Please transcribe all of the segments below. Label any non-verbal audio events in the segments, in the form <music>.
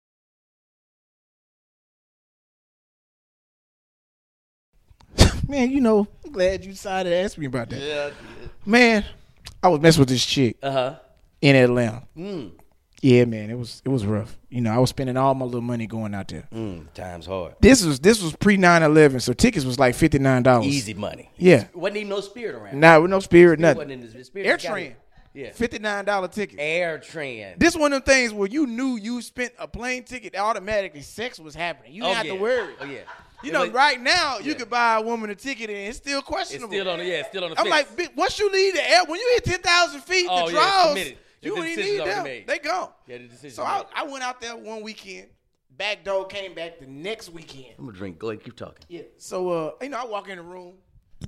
<laughs> man, you know, I'm glad you decided to ask me about that. Yeah. Man, I was messing with this chick Uh huh. in Atlanta. Mm. Yeah, man, it was it was rough. You know, I was spending all my little money going out there. Mm, times hard. This was this was pre 9-11, so tickets was like fifty nine dollars. Easy money. Yeah. Wasn't even no spirit around. Nah, with no spirit, It nothing. wasn't in the spirit. Air It got Tran. it. Yeah. Fifty nine dollar ticket. Air Tran. this one of them things where you knew you spent a plane ticket automatically sex was happening. You didn't have yeah. to worry. Oh yeah. You It know, was- right now you yeah. could buy a woman a ticket and it's still It's questionable. still on. the Yeah. It's still on the. I'm fence. like, bitch, once you leave the air, when you hit ten thousand feet, Oh, yeah, the it's draws, committed. The you ain't decision's need already them. made. They gone. Yeah, the decision's So I, made. I went out there one weekend. Back door came back the next weekend. I'm gonna drink. Go ahead. Keep talking. Yeah. So uh, you know, I walk in the room.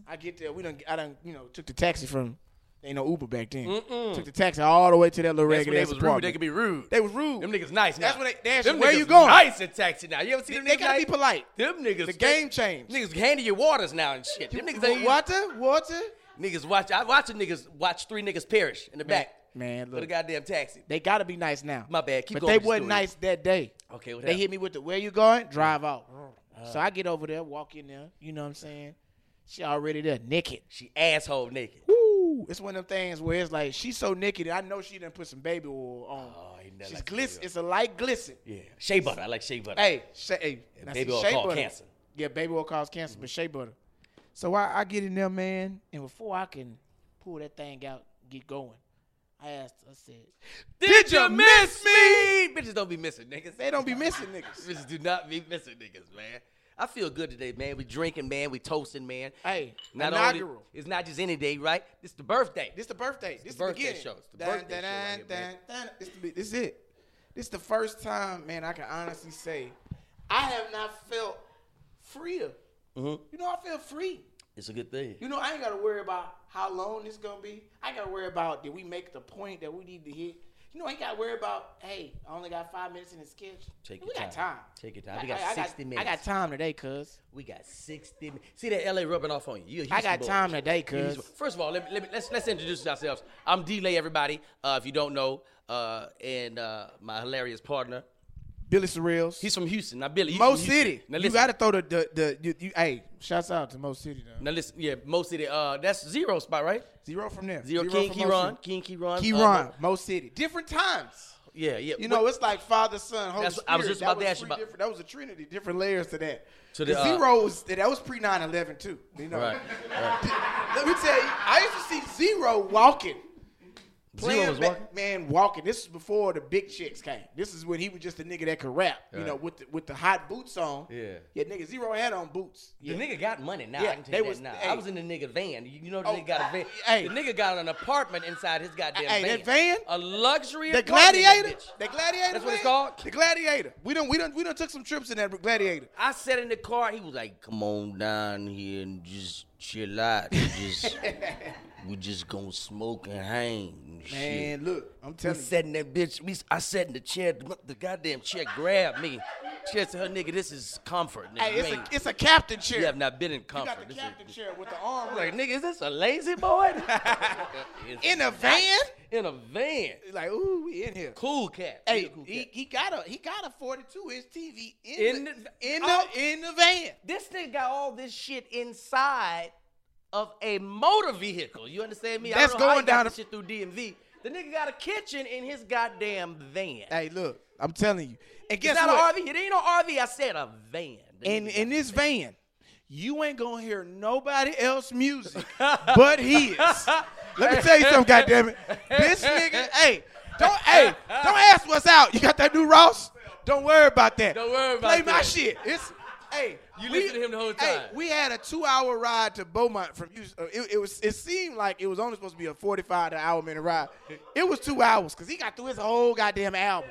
I get there. We done. I done. You know, took the taxi from. Ain't no Uber back then. Took the taxi all the way to that little That's when regular they ass was rude. apartment. They could be rude. They was rude. Them niggas nice now. That's when they- they ask Them you, where niggas you going? Nice in taxi now. You ever see They, them they niggas gotta be nice? polite. Them niggas. The game changed. Niggas handing you waters now and shit. Them niggas ain't. water, water. Niggas watch. I watch the niggas watch three niggas perish in the back. man, With a look. goddamn taxi. They gotta be nice now. My bad. Keep but going they with your wasn't story. nice that day. Okay, what They hit happened? me with the where you going? Drive out. so I get over there, walk in there. You know what I'm saying? She already there, naked. She asshole naked. Woo! It's one of them things where it's like she's so naked. I know she done put some baby oil on. Oh, ain't nothing She's like glisten. baby It's a light glisten. Yeah. Shea butter. I like shea butter. Hey, shea, hey, and I baby said oil shea cause cancer. Yeah, baby oil cause cancer, but shea butter. So I, I get in there, man, and before I can pull that thing out, get going, I asked. I said, Did you miss me? Bitches don't <laughs> be missing niggas. "They <laughs> don't be missing niggas." Bitches do not be missing niggas, man. I feel good today, man. We drinking, man. We toasting, man. Hey, Not inaugural. only it's not just any day, right? It's the birthday. this the birthday. This is the the birthday beginning. show. It's the Dun, birthday dun, show right dun, here, man. dun, dun. This the be- This is it. This the first time, man. I can honestly say, I have not felt freer. Mm-hmm. You know, I feel free. It's a good thing. You know, I ain't gotta worry about how long this gonna be. I ain't gotta worry about did we make the point that we need to hit. You know, I ain't gotta worry about hey, I only got five minutes in the sketch. Take we your got time. time. Take your time. We I- got I- I 60 I got minutes. time today, cuz. We got 60. mi- See that LA rubbing off on you. You a I Houston got boy. time today, You a cuz. Houston- First of all, let me, let me, let's let's introduce ourselves. I'm Delay, everybody. Uh, if you don't know, uh, and uh, my hilarious partner. Billy Surreals. He's from Houston. Now, Billy, he's Mo from Houston. City. Now, you listen. gotta throw the the, the you, you, hey, shouts out to Mo City though. Now listen, yeah, Mo City. Uh, that's zero spot, right? Zero from there. Zero, King from Mo Kieron, City. King Kieron, Kieron, uh, Mo City. Different times. yeah, yeah. You know, it's like father, son, Holy That's Spirit. what I was just That about to ask three you about- different- That was a trinity, different layers to that. To the, the, uh, zero was that was pre 9-11 too. You know, Right, <laughs> let me tell you, I used to see zero walking. Playing was ba- walking? man walking. This is before the big chicks came. This is when he was just a nigga that could rap. You Right. know, with the, with the hot boots on. Yeah. yeah, nigga zero had on boots. The Yeah. nigga got money now. Yeah, I can tell they you that was- now. I hey. was in the nigga van. You you know the Oh, nigga got a van. hey. The nigga got an apartment inside his goddamn Hey, van. that van? A luxury The apartment in that gladiator, bitch. the gladiator. That's what it's man? called? The gladiator. We done we done we done took some trips in that gladiator. I sat in the car. He was like, "Come on down here and just chill out. We <laughs> just we just gonna smoke and hang." And shit. Man, look, I'm We telling you, sat in that bitch. We, I sat in the chair. The, the goddamn chair grabbed me. She said to her, nigga, this is comfort. Nigga. hey, you, it's a ain't- it's a captain chair. you have not been in You comfort. got the This captain is, chair with the arm. I'm like, nigga, is this a <laughs> lazy boy? It's In a not. van? In a van. like, ooh, we in here. Cool cat. He a Hey, cool he, cat. he got a he got a 42 inch TV in, In the, the- in the oh. in the van. this nigga got all this shit inside of a motor vehicle. You understand me? I That's don't know how he going got down this shit through DMV. The nigga got a kitchen in his goddamn van. Hey, look, I'm telling you. And guess it's not what? an RV. It ain't no RV. I said a van. The in nigga in got a this van. van, you ain't gonna hear nobody else <laughs> music but his. Let me tell you something, goddammit. This nigga, hey, don't hey, don't ask what's out. You got that new Ross? Don't worry about that. Don't worry about Play my that. shit. It's hey. You listened to him the whole Hey, time. we had a two-hour ride to Beaumont from Houston. Uh, It, it was. It seemed like it was only supposed to be a forty-five to hour minute ride. It was two hours because he got through his whole goddamn album.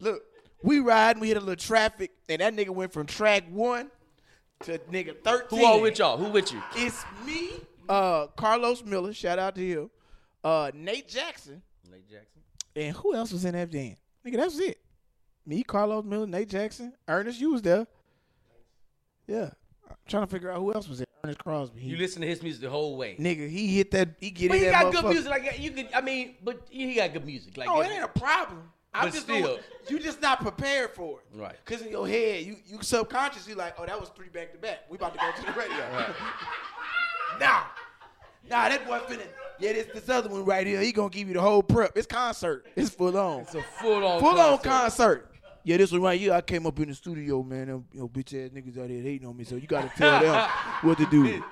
Look, we riding, we hit a little traffic, and that nigga went from track one to nigga 13. Who all with y'all? Who with you? It's me, uh, Carlos Miller, shout out to you, uh, Nate Jackson, Nate Jackson. and who else was in that van? Nigga, that's it. Me, Carlos Miller, Nate Jackson, Ernest, you was there. Yeah. I'm trying to figure out who else was there. Ernest Crosby. He, You listen to his music the whole way. nigga, he hit that, he get But in he that got good motherfucker. music. Like you could, I mean, but he got good music. Like Oh, it ain't a problem. I'm But just still- don't- you just not prepared for it. Right. Cause in your head, you you subconsciously like, oh, that was three back to back. We about to go to the radio. nah. <laughs> Nah, that boy finna. Yeah, this this other one right here. He gonna give you the whole prep. It's concert. It's full on. It's a full on full on concert. Yeah, this one right here. I came up in the studio, man. Them you know, bitch ass niggas out here hating on me, so you gotta tell them what to do.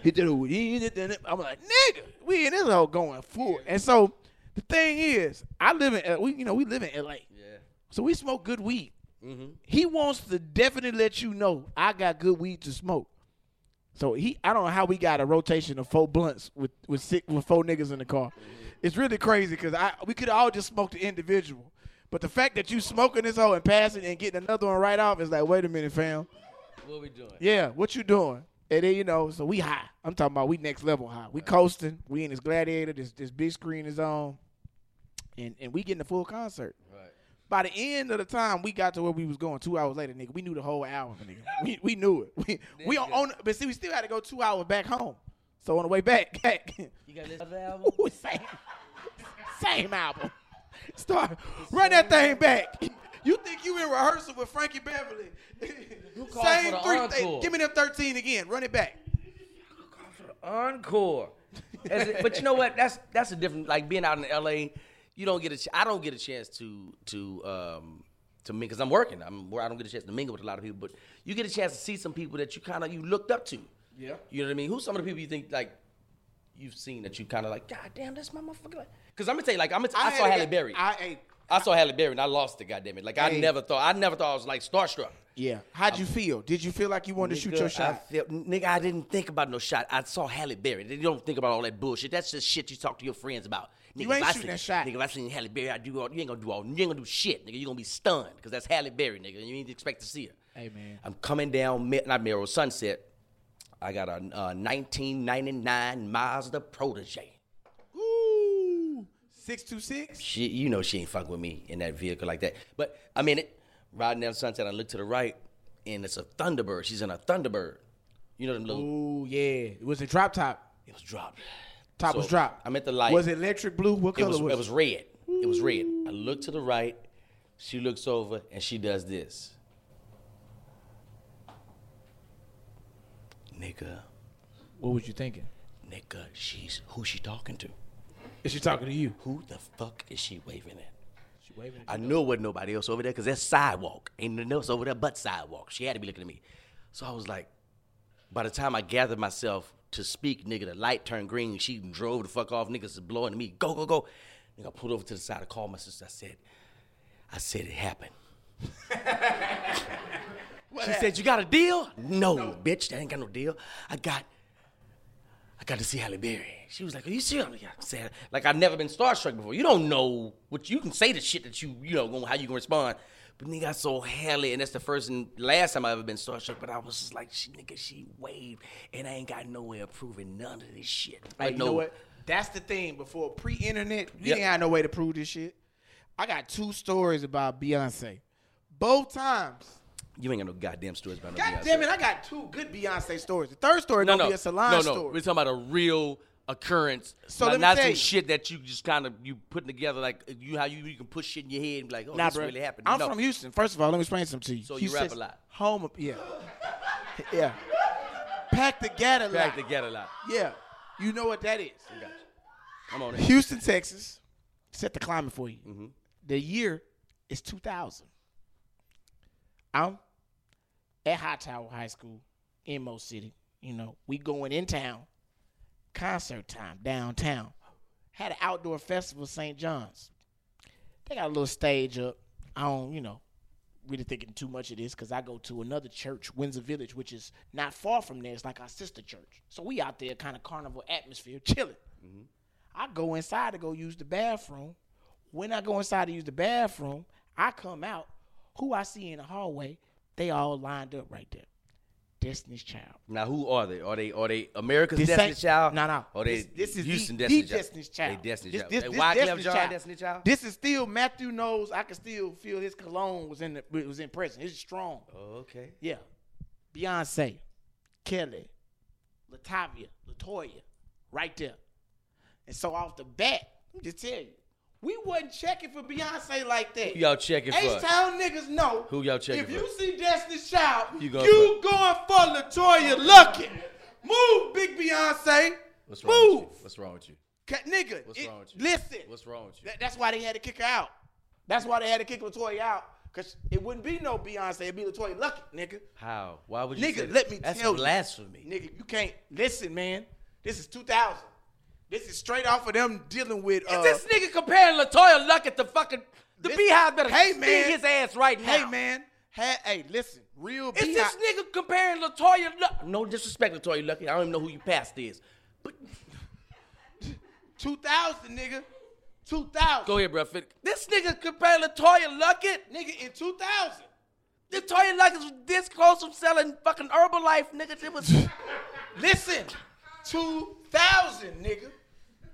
Hit that over here, hit that- I'm like, nigga, we in this all going full. And so the thing is, I live in L- we you know we live in LA, Yeah. so we smoke good weed. Mm-hmm. He wants to definitely let you know I got good weed to smoke. So he, I don't know how we got a rotation of four blunts with with six with four niggas in the car. It's really crazy because I we could all just smoke the individual, but the fact that you smoking this hoe and passing and getting another one right off is like, wait a minute, fam. What we doing? Yeah, what you doing? And then you know, so we high. I'm talking about we next level high. We coasting. We in this gladiator. This this big screen is on, and and we getting the full concert. Right. By the end of the time, we got to where we was going. Two hours later, nigga, we knew the whole hour, nigga. We, we knew it. We we on, on, but see, we still had to go two hours back home. So on the way back, <laughs> back, You got this <laughs> other album? ooh, same, same album. Start run that thing back. You think you in rehearsal with Frankie Beverly? called for the encore. give me them thirteen again. Run it back. Encore. As it- but you know what? That's that's a different. Like being out in L.A., you don't get a. Ch- I don't get a chance to to um to mingle because I'm working. I'm where I don't get a chance to mingle with a lot of people. But you get a chance to see some people that you kind of you looked up to. Yeah. You know what I mean? Who's some of the people you think like you've seen that you kind of like? God damn, that's my motherfucker. Because I'm gonna tell you, like I'm. Gonna t- I, had saw to Halle get- Berry. I, I ate. saw Halle Berry and I lost it. Goddamn it! Like I Hey. never thought. I never thought I was like starstruck. Yeah. How'd you feel? Did you feel like you wanted to shoot Nigga, your I shot? felt- nigga, I didn't think about no shot. I saw Halle Berry. You don't think about all that bullshit. That's just shit you talk to your friends about. Nigga, You ain't if I shooting seen- that shot. Nigga, if I seen Halle Berry, I do all, you ain't gonna do all, you ain't gonna do shit. Nigga, you gonna be stunned because that's Halle Berry, nigga. and You ain't expect to see her. Hey, man. I'm coming down, Mer- not Merrill Sunset. I got a uh, 1999 Mazda Protege. Ooh, six two six. She, you know, she ain't fuck with me in that vehicle like that. But I'm in it, riding down Sunset. I look to the right, and it's a Thunderbird. She's in a Thunderbird. You know them little Ooh, yeah. It was a drop top. It was dropped. Top So, was dropped. I'm at the light. Was it electric blue? What It color was, was, it was red. It was red. I look to the right. She looks over and she does this. Nigga, What was you thinking? nigga, she's who she talking to? Is she talking to you? Who the fuck is she waving at? She waving. I knew it wasn't nobody else over there because that's sidewalk. Ain't nothing else over there but sidewalk. She had to be looking at me. So I was like, by the time I gathered myself to speak, nigga, the light turned green. She drove the fuck off. Niggas is blowing at me. Go, go, go. Nigga, I pulled over to the side. I called my sister. I said, I said it happened. she said, you got a deal? No, bitch, that ain't got no deal. I got I got to see Halle Berry. She was like, "Are you serious?" I'm like, "Yeah." I said, "Like I've never been starstruck before. You don't know what you can say the shit that you you know gonna- how you gonna respond." But nigga, I saw Halle, and that's the first and last time I ever been starstruck. But I was just like, "She nigga, she waved, and I ain't got no way of proving none of this shit." Hey, Like, you no, know what? That's the thing. Before pre-internet, we Yep. didn't have no way to prove this shit. I got two stories about Beyonce. Both times. You ain't got no goddamn stories about no God Beyonce. damn it, I got two good Beyonce stories. The third story No, gonna no, be a salon no, no. story. We're talking about a real occurrence. So not, let me not tell some you. shit that you just kind of you putting together like you how you, you can put shit in your head and be like, "Oh, Nah, this bro. really happened." I'm No. from Houston. First of all, let me explain something to you. So you rap Houston's a lot. Home, of- yeah, <laughs> yeah. Pack the gator lot. Back together a lot. Yeah, you know what that is. Gotcha. Come on. in. Houston, Texas. Set the climate for you. The year is 2000. I'm at High Tower High School in Mo City. You know, we going in town, concert time downtown. Had an outdoor festival, St. John's. They got a little stage up. I don't, you know, really thinking too much of this because I go to another church, Windsor Village, which is not far from there. It's like our sister church. So we out there, kind of carnival atmosphere, chilling. I go inside to go use the bathroom. When I go inside to use the bathroom, I come out. Who I see in the hallway, they all lined up right there. Destiny's Child. Now, who are they? Are they are they America's This Destiny ain't- Child? No, no. Are they This- this is Houston the- Destiny the Child? Destiny's Child. They Destiny This- Child. this- They this Wyclef Destiny's Jean Child. Destiny Child. This is still Matthew knows I can still feel his cologne was in the it was in prison. It's strong. Oh, okay. Yeah. Beyonce, Kelly, Latavia, Latoya, right there. And so off the bat, let me just tell you, We wasn't checking for Beyonce like that. Who y'all checking for? H Town niggas know. Who y'all checking If for? you see Destiny's Child, You you, going going for Latoya Lucky. Move, big Beyonce. What's wrong Move, with you? What's wrong with you? Ca- nigga. What's it- wrong with you? Listen. What's wrong with you? That- that's why they had to kick her out. That's why they had to kick Latoya out. Cause it wouldn't be no Beyonce, it'd be Latoya Lucky, nigga. How? Why would you? Nigga, say that? let me That's tell you. blasphemy. Nigga, you can't listen, man. This is 2000. This is straight off of them dealing with. Uh, Is this nigga comparing Latoya Luckett to fucking the This- Beehive better Hey, hey, man. his ass right hey, now? man. Hey, hey, listen. Real Is Beehive- this nigga comparing Latoya? Lu- no disrespect, Latoya Luckett. I don't even know who you passed is. But 2000, nigga. 2000. go ahead, bro. Fit- This nigga comparing Latoya Luckett. Nigga, in 2000. Latoya Luckett was this close from selling fucking Herbalife, nigga. It was. Listen. 2000, nigga.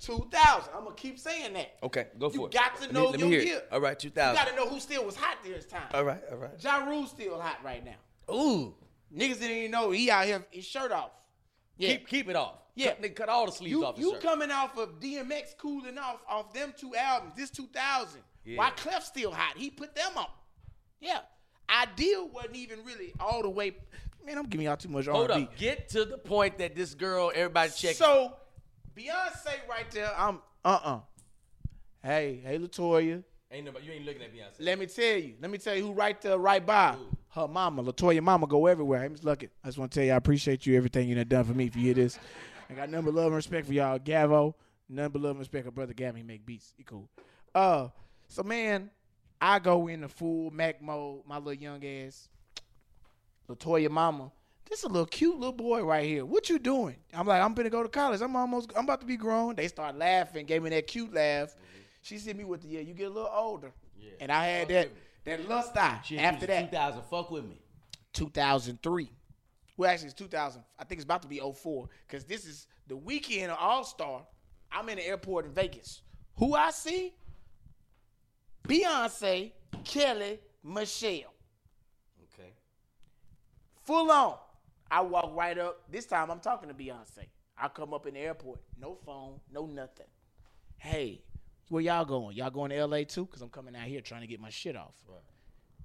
2000. I'm going to keep saying that. <laughs> okay, go You got to know your it. year. All right, two You got thousand. to know who still was hot this time. All right, all right. Ja Rule's still hot right now. Ooh, Niggas didn't even know he out here, his shirt off. Yeah. keep keep it off. Yeah. Cut- nigga, cut all the sleeves You, off. the you shirt. coming off of DMX cooling off off them two albums, this 2000. Why Yeah. Clef's still hot? He put them on. Yeah. Ideal wasn't even really all the way. Man, I'm giving y'all too much Hold R&B. up. Get to the point that this girl, everybody check. So Beyonce right there, I'm uh-uh. Hey, hey Latoya. ain't nobody. You ain't looking at Beyonce. Let me tell you. Let me tell you who right there, right by. Her mama, Latoya mama, go everywhere. Hey, Miss Luckett, I just want to tell you I appreciate you, everything you done done for me. If you hear this, I got nothing but love and respect for y'all. Gavo, nothing but love and respect for brother Gavin. He make beats. He cool. Uh, so man, I go in the full Mac mode, my little young ass. Latoya mama, this a little cute little boy right here. What you doing? I'm like, I'm gonna go to college. I'm almost, I'm about to be grown. They start laughing, gave me that cute laugh. She hit me with the, yeah, you get a little older. And I had that, that lust eye after that. 2000, fuck with me. 2003. Well, actually, it's 2000. I think it's about to be 04 because this is the weekend of All Star. I'm in the airport in Vegas. Who I see? Beyonce, Kelly, Michelle. Okay. Full on. I walk right up. This time I'm talking to Beyonce. I come up in the airport. No phone, no nothing. Hey, where y'all going? Y'all going to LA too? Because I'm coming out here trying to get my shit off. Right.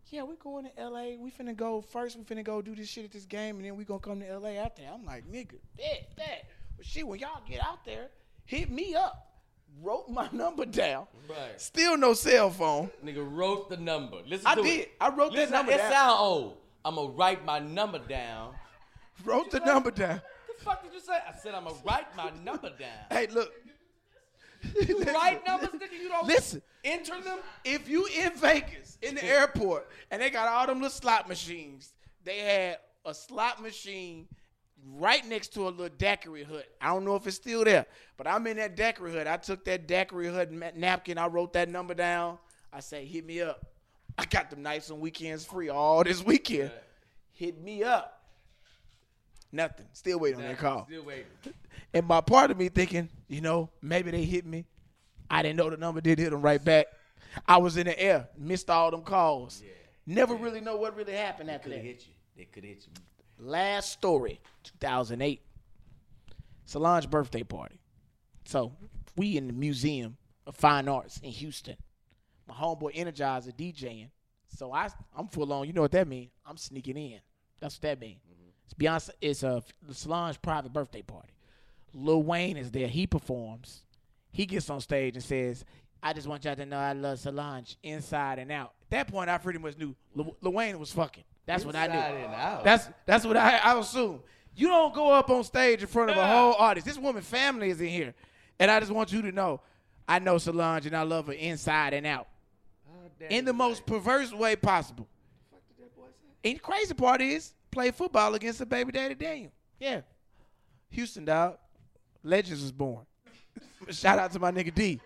Yeah, we're going to LA. We finna go first. We finna go do this shit at this game, and then we gonna come to LA after that. I'm like, nigga, bet, bet. But shit, when y'all get out there, hit me up. Wrote my <laughs> number down. Right. Still no cell phone. Nigga wrote the number. Listen I to did. it. I wrote that Listen, number it down. sound old. I'm gonna write my number down. Wrote the number down. The fuck did you say? I said I'm gonna write my number <laughs> down. Hey, <laughs> look. You write numbers, nigga. You don't Listen. Enter them. if you in Vegas in the airport and they got all them little slot machines, they had a slot machine right next to a little daiquiri hut. I don't know if it's still there, but I'm in that daiquiri hut. I took that daiquiri hut ma- napkin, I wrote that number down. I say, hit me up. I got them nights and weekends free all this weekend. Hit me up. Nothing. Still waiting on that call. Still waiting. And my part of me thinking, you know, maybe they hit me. I didn't know the number did hit them right back. I was in the air, missed all them calls. Never really know what really happened after Could have that. hit you. They could have hit you. Last story, 2008. Solange birthday party. So we in the Museum of Fine Arts in Houston. My homeboy Energizer DJing. So I, I'm full on. You know what that means? I'm sneaking in. That's what that means. Mm-hmm. It's Beyonce. It's a Solange private birthday party. Lil Wayne is there. He performs. He gets on stage and says, "I just want y'all to know I love Solange inside and out." At that point, I pretty much knew Lil, Lil Wayne was fucking. That's what I knew. Inside and out. Oh. That's that's what I I assume. You don't go up on stage in front of a Yeah. whole audience. This woman family is in here, and I just want you to know, I know Solange and I love her inside and out Oh, damn in the it. most perverse way possible. And the crazy part is, play football against the baby daddy Daniel. Yeah. Houston dog, legends was born. <laughs> Shout out to my nigga D,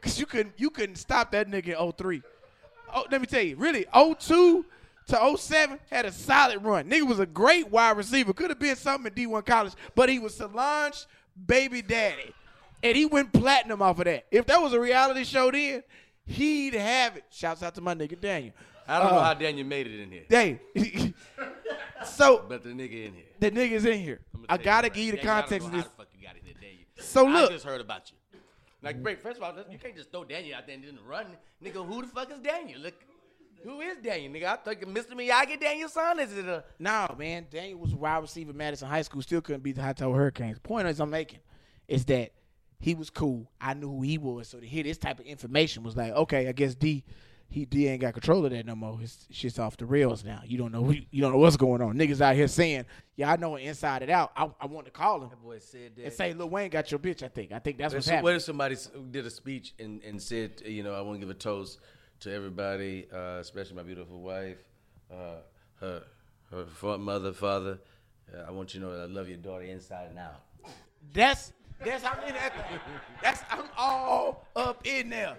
cause you couldn't you couldn't stop that nigga in 03. Oh, let me tell you, really 02 to 07 had a solid run. Nigga was a great wide receiver. Could have been something in D1 college, but he was Solange baby daddy, and he went platinum off of that. If that was a reality show then, he'd have it. Shouts out to my nigga Daniel. I don't know Uh, how Daniel made it in here, Dang. so but the nigga in here. the niggas in here. I'ma I tell gotta right give you the now, y'all don't context of know this. How the fuck you got in here, Daniel. So I look, just heard about you. Like, wait, first of all, you can't just throw Daniel out there and then run. Nigga, who the fuck is Daniel? Look, who is Daniel? Nigga, I think Mr. Miyagi Daniel son is it a. No, man. Daniel was a wide receiver at Madison High School. Still couldn't beat the High Tower Hurricanes. Point is I'm making is that he was cool. I knew who he was. So to hear this type of information was like, okay, I guess D, he D ain't got control of that no more. His shit's off the rails now. You don't know who, you don't know what's going on. Niggas out here saying, yeah, I know it inside it out. I, I want to call him That boy said that. and say, Lil Wayne got your bitch. I think. I think that's what's So what happening. if somebody s- did a speech and, and said, you know, I want to give a toast to everybody, uh, especially my beautiful wife, uh, her her fa- mother, father. Uh, I want you to know that I love your daughter inside and out. That's that's I'm in that. thing. That's I'm all up in there.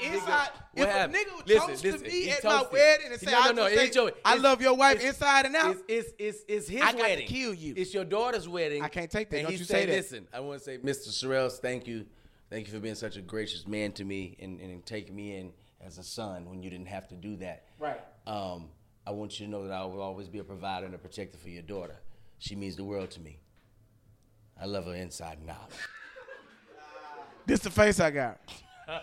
Inside, if what a happened? nigga Listen, toast listen, to me he at my toasted. wedding and say, No, no, I, no, just it's say, your- I it's- love your wife it's- inside and out. It's it's it's, it's his I got to wedding. kill you. It's your daughter's weddting. I can't take that. And Don't he you say say that. Listen, I want to say, Mr. Sorrells, thank you, thank you for being such a gracious man to me and and taking me in as a son when you didn't have to do that. Right. Um, I want you to know that I will always be a provider and a protector for your daughter. She means the world to me. I love her inside and out. This the face I got. <laughs>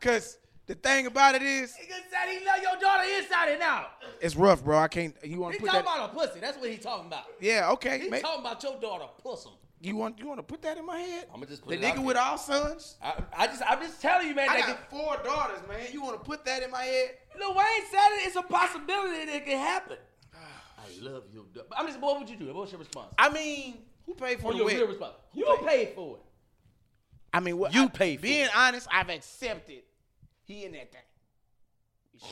Cause the thing about it is, He said he love your daughter inside and out. it's rough, bro. I can't. You want He to talking put that? about a pussy. That's what he talking about. yeah, okay. He ma- talking about your daughter pussy. you want you want to put that in my head? I'ma just put the it out nigga there. with all sons. I, I just I'm just telling you, man. I that got four daughters, man. You want to put that in my head? Lil Wayne said it. It's a possibility that it can <sighs> happen. I love you. duh. But I'm just. What would you do? What's your response? I mean, who paid for Or the your real wedding? response? You paid for it. I mean, what You I- pay for Being it. honest, I've accepted he in that thing.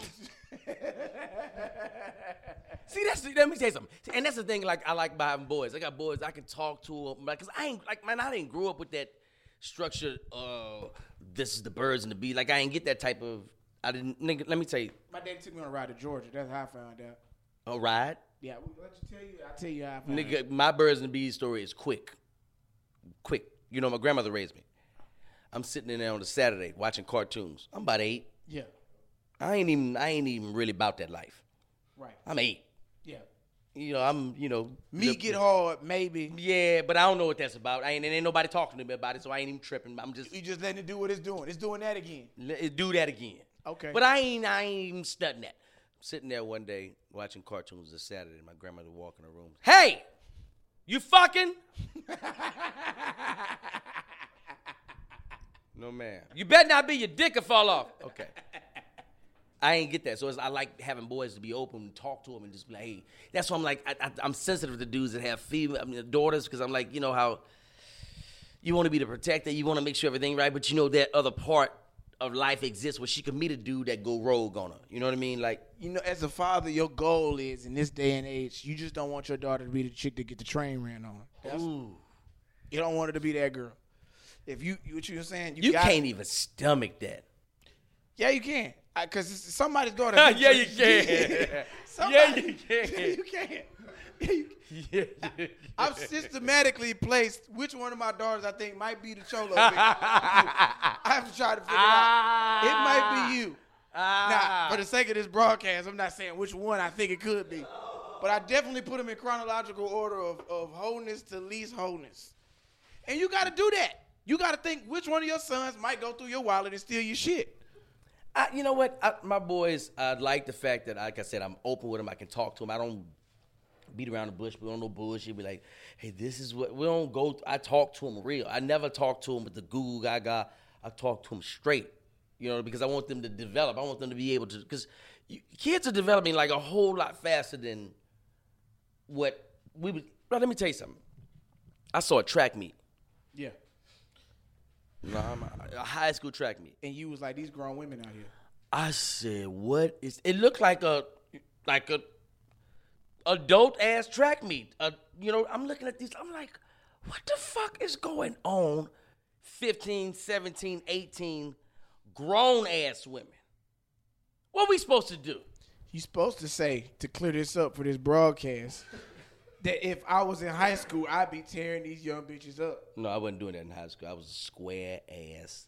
See, that's let me tell you something. See, And that's the thing. Like I like about having boys. I got boys I can talk to them. Like, cause I ain't like man. I didn't grow up with that structure. Uh, this is the birds and the bees. Like I ain't get that type of. I didn't. Nigga, let me tell you. <laughs> My daddy took me on a ride to Georgia. That's how I found out. A ride, Yeah, we let you tell you. I will tell you how I found out. nigga. My birds and the bees story is quick, quick. You know, my grandmother raised me. I'm sitting in there on a Saturday watching cartoons. I'm about eight. Yeah, I ain't even I ain't even really about that life. right. I'm eight. Yeah. You know, I'm you know Me the- get hard, maybe. Yeah, but I don't know what that's about. I ain't and ain't nobody talking to me about it, so I ain't even tripping. I'm just You just letting it do what it's doing. It's doing that again. let- do that again. Okay. But I ain't I ain't even studying that. I'm sitting there one day watching cartoons on Saturday, my grandmother walk in the room. Hey, you fucking No man. You better not be your dick or fall off. Okay. I ain't get that. So it's, I like having boys to be open and talk to them and just be like, hey, that's why I'm like, I, I, I'm sensitive to dudes that have female, I mean, daughters, because I'm like, you know how you want to be the protector, you want to make sure everything right, but you know that other part of life exists where she could meet a dude that go rogue on her. You know what I mean? Like, You know, as a father, your goal is in this day and age, you just don't want your daughter to be the chick that get the train ran on. That's- ooh, You don't want her to be that girl. If you, you what you were saying, you, you got- can't even <laughs> stomach that. <laughs> Yeah, you can. Because somebody's daughter. Yeah, you <laughs> <laughs> can. Somebody- <laughs> Yeah, you can. you can. Yeah, you can. Yeah. I've systematically placed which one of my daughters I think might be the <laughs> cholo. bitch. I have to try to figure out. It Ah. might be you. Now, for the sake of this broadcast, I'm not saying which one I think it could be, but I definitely put them in chronological order of, of wholeness to least wholeness. And you got to do that. You got to think which one of your sons might go through your wallet and steal your shit. I, you know what? I, my boys, I like the fact that, like I said, I'm open with them. I can talk to them. I don't beat around the bush. We don't know bullshit. Be like, hey, this is what we don't go. I talk to them real. I never talk to them with the goo gaga. I talk to them straight. You know, because I want them to develop. I want them to be able to. Because kids are developing like a whole lot faster than what we would. Bro, let me tell you something. I saw a track meet. Yeah. <laughs> No, I'm- a high school track meet. And you was like, these grown women out here. I said, "What is?" It looked like a like a adult ass track meet. Uh, you know, I'm looking at these. I'm like, "What the fuck is going on?" 15, 17, 18 grown ass women. What we supposed to do? You supposed to say to clear this up for this <laughs> broadcast that if I was in high school, I'd be tearing these young bitches up. No, I wasn't doing that in high school. I was a square ass,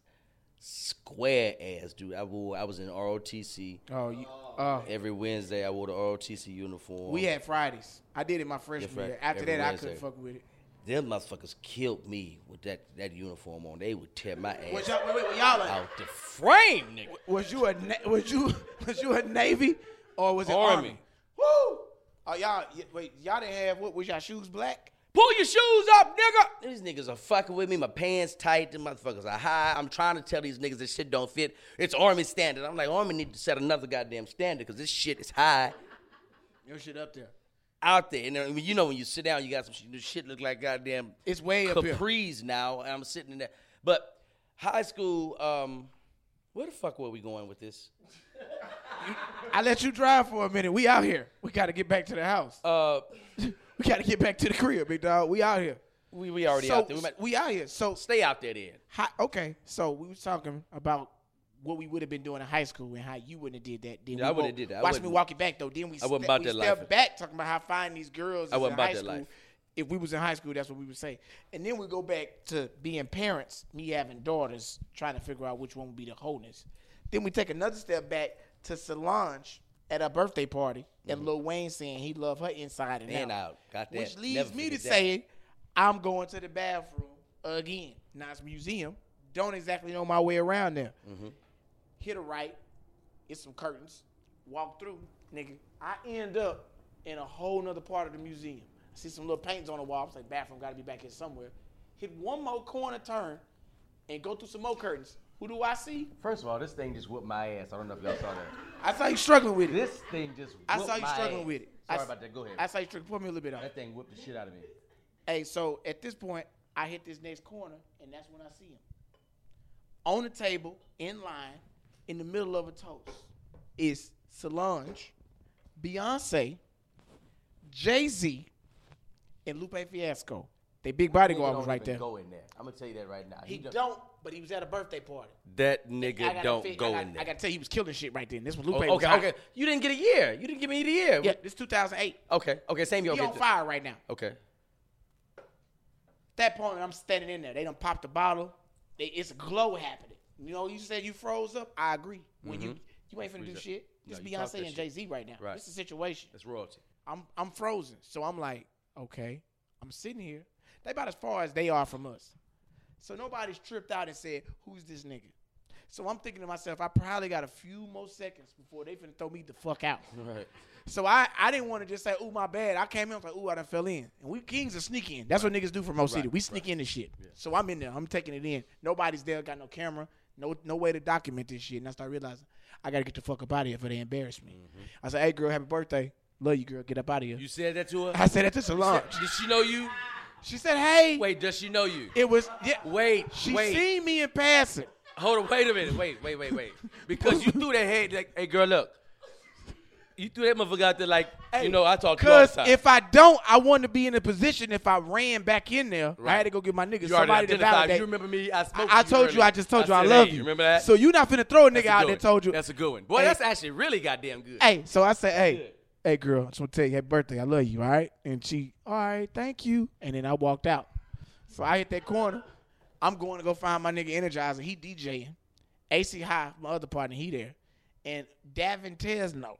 square ass dude. I wore. I was in ROTC Oh, you, uh, every Wednesday. I wore the ROTC uniform. we had Fridays. I did it my freshman Fri- year. After every that, I Wednesday. couldn't fuck with it. Them motherfuckers killed me with that, that uniform on. They would tear my Was ass y'all, wait, wait, wait, y'all like, out the frame, nigga. was you a na- was you <laughs> was you a navy or was it army? Army. Woo! Oh y'all y- wait, y'all didn't have what was y'all shoes black? Pull your shoes up, nigga. These niggas are fucking with me. My pants tight. The motherfuckers are high. I'm trying to tell these niggas this shit don't fit. It's Army standard. I'm like, Army need to set another goddamn standard because this shit is high Your shit up there. out there. And uh, you know when you sit down, you got some shit. This shit look like goddamn It's way up here. capris now. And I'm sitting in there. But high school, um, where the fuck were we going with this? I let you drive for a minute. We out here. We gotta get back to the house. Uh, we gotta get back to the crib, big dog. We out here. we we already so out there. We might, we out here. So stay out there then. hi, okay. So we was talking about what we would have been doing in high school and how you wouldn't have did that. Then Yeah, we I wouldn't walk- have did that. I Watch me wouldn't- walk it back though. Then we I wasn't ste- about we that step life. back talking about how fine these girls. I is wasn't in about high that school. life. If we was in high school, that's what we would say. And then we go back to being parents, me having daughters, trying to figure out which one would be the wholeness. Then we take another step back to Solange at our birthday party, and Mm-hmm. Lil Wayne saying he loved her inside and, And out. Got that. which leads Never me to forget that. say, I'm going to the bathroom again. Nice museum. Don't exactly know my way around there. Mm-hmm. Hit a right. It's some curtains. Walk through, nigga. I end up in a whole nother part of the museum. I see some little paintings on the wall. I was like, bathroom got to be back here somewhere. Hit one more corner turn and go through some more curtains. Who do I see? First of all, this thing just whooped my ass. I don't know if y'all saw that. I saw you struggling with it. This thing just. I whooped saw you my struggling ass. with it. I Sorry s- about that. Go ahead. I saw you struggling. Put me a little bit off. that thing whipped the shit out of me. Hey, so at this point, I hit this next corner, and that's when I see him. On the table, in line, in the middle of a toast, is Solange, Beyonce, Jay Z, and Lupe Fiasco. They big bodyguard was right there. Go in there. I'm gonna tell you that right now. He don't, but he was at a birthday party. That I nigga gotta don't fit- go I gotta, in there. I gotta tell you, he was killing shit right then. This was Lupe. Oh, was okay, hot. okay. You didn't get a year. You didn't give me the year. Yeah, this 2008. Okay, okay. Same year. He okay. on fire right now. Okay. that point, I'm standing in there. They done popped the bottle. They, it's a glow happening. You know, you said you froze up. I agree. When you you ain't finna do Freeze up. shit. Mm-hmm. No, This you talk that Beyonce and shit. Jay Z right now. Right. This is a situation. That's royalty. I'm I'm frozen. So I'm like, okay, I'm sitting here. They about as far as they are from us. So nobody's tripped out and said, who's this nigga? So I'm thinking to myself, I probably got a few more seconds before they finna throw me the fuck out. Right. So I, I didn't want to just say, ooh, my bad. I came in, I was like, ooh, I done fell in. And we kings are sneak in. That's what niggas do from most city. We sneak in the shit. So I'm in there. I'm taking it in. Nobody's there, got no camera, no no way to document this shit. And I start realizing I gotta get the fuck up out of here for they embarrass me. I said, hey girl, happy birthday. Love you, girl. Get up out of here. Mm-hmm. You said that to her? I said that to Solange. Did she know you? She said, hey. Wait, does she know you? It was yeah. Wait, She wait. seen me in passing. Hold on, wait a minute. Wait, wait, wait, wait. Because you threw that head like, hey girl, look. You threw that motherfucker out there like, you know, I talked to you all the Cause time. if I don't, I want to be in a position. If I ran back in there, I had to go get my niggas. you already somebody to identified. validate. You remember me? I spoke. I, I to told you, earlier. I just told you I said, love hey, you. You remember that? So you not finna throw a nigga That's a out good that one. told you. That's a good one. Boy, Hey. that's actually really goddamn good. hey, so I said, hey, hey, girl, I just want to tell you, happy birthday. I love you, all right? And she, all right, thank you. And then I walked out. So I hit that corner. I'm going to go find my nigga Energizer. He DJing. AC High, my other partner, he there. And Davin Tesno,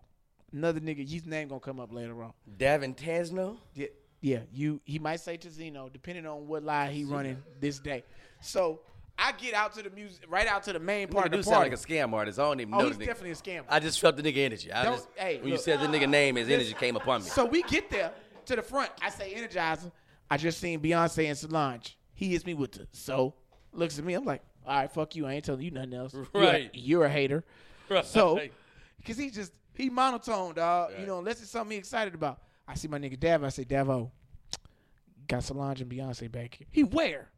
another nigga, his name gonna come up later on. Davin Tasno. Yeah, yeah. You he might say to Zeno, depending on what lie he running this day. So I get out to the music, right out to the main part Nigga of do the sound like party. a scam artist. I don't even oh, know he's the nigga. definitely a scammer. I just felt the nigga energy. I Don't- just, hey, when you look. uh, said the nigga name, his energy came upon <laughs> me. so we get there to the front. I say, Energizer. I just seen Beyonce and Solange. He hits me with the so. Looks at me. I'm like, all right, fuck you. I ain't telling you nothing else. You're a- Right. You're a, hater. Right. So, because he just, he monotone, dog. You know, unless it's something he excited about. I see my nigga Davo. I say, Davo, got Solange and Beyonce back here. He where?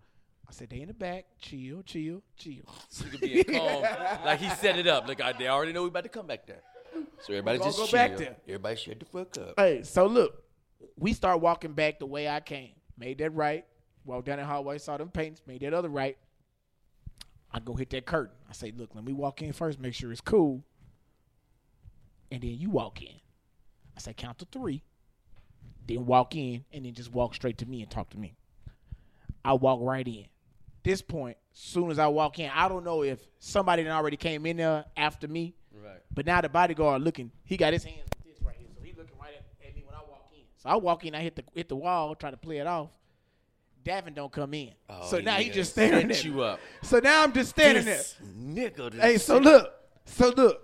I said, they in the back. Chill, chill, chill. This nigga being calm. like he set it up. Like I, they already know we about to come back there. So everybody gonna just go back chill. there. Everybody shut the fuck up. Hey, so look, we start walking back the way I came. Made that right. Walked down the hallway, saw them paints, made that other right. I go hit that curtain. I say, look, let me walk in first, make sure it's cool. And then you walk in. I say, count to three. Then walk in and then just walk straight to me and talk to me. I walk right in. This point, soon as I walk in, I don't know if somebody that already came in there after me. Right. But now the bodyguard looking, he got his hands like this right here, so he looking right at, at me when I walk in. So I walk in, I hit the hit the wall, try to play it off. Davin don't come in. Oh, so now he nigga, just staring set at you me. up. So now I'm just standing there. This nigga. This Hey, so look, so look.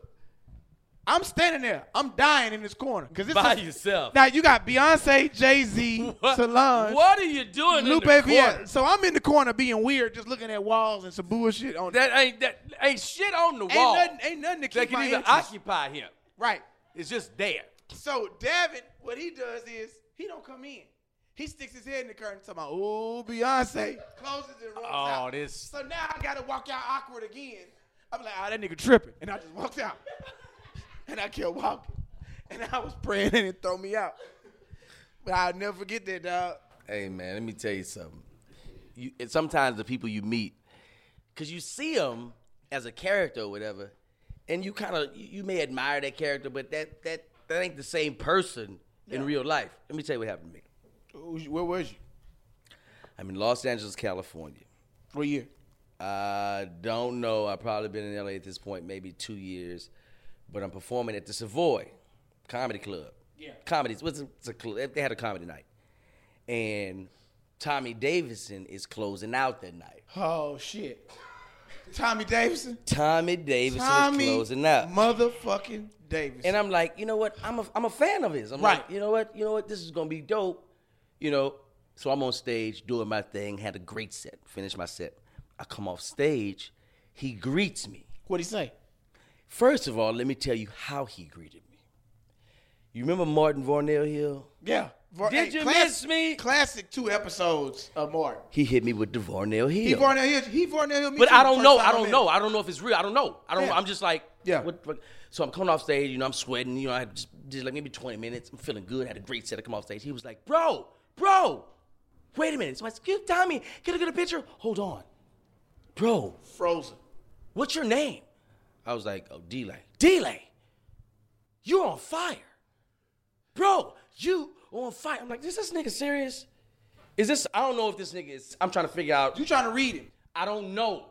I'm standing there. I'm dying in this corner because this By is, yourself. Now you got Beyonce, Jay Z, <laughs> What- Solange, What are you doing? Lupe in the Vieira. court? So I'm in the corner being weird, just looking at walls and some bullshit on. That ain't that ain't shit on the ain't wall. nothing, ain't nothing to that keep can my even interest. occupy him. right. It's just there. So Davin, what he does is he don't come in. He sticks his head in the curtain, talking about, "Oh, Beyonce," closes and runs Oh, out. this- So now I gotta walk out awkward again. I'm like, "Oh, that nigga tripping," and I just walked <laughs> out, and I kept walking, and I was praying and it throw me out. But I'll never forget that, dog. Hey man, let me tell you something. you, and sometimes the people you meet, because you see them as a character or whatever, and you kind of you you may admire that character, but that that that ain't the same person in real life. Let me tell you what happened to me. Where was you? I'm in Los Angeles, California. What year? I don't know. I've probably been in LA at this point, maybe two years, but I'm performing at the Savoy Comedy Club. Yeah, comedies. It's a, it's a club. They had a comedy night, and Tommy Davidson is closing out that night. Oh shit. Tommy Davidson. Tommy Davidson Tommy is closing out. Motherfucking Davidson. And I'm like, you know what? I'm a, I'm a fan of his. I'm Right. like, you know what? You know what? This is gonna be dope. You know. So I'm on stage doing my thing. Had a great set. Finished my set. I come off stage. He greets me. What'd he say? First of all, let me tell you how he greeted me. You remember Martin Varnell Hill? Yeah. Var- Did you miss me? Classic two episodes of Martin. He hit me with the Varnell Hill. He Varnell Hill. He Varnell Hill. me But too, I the don't first know. time I met don't him. know. I don't know if it's real. I don't know. I don't. Yeah. I'm just like, Yeah. What, the fuck? so I'm coming off stage. You know, I'm sweating. You know, I just did like maybe 20 minutes. I'm feeling good. Had a great set. I come off stage. He was like, bro, bro, wait a minute. So I said, give Tommy, get a get a picture. Hold on, bro. Frozen. What's your name? I was like, oh, Delay. Delay, you're on fire. Bro, you on fire. I'm like, is this nigga serious? Is this, I don't know if this nigga is, I'm trying to figure out, You trying to read him? I don't know.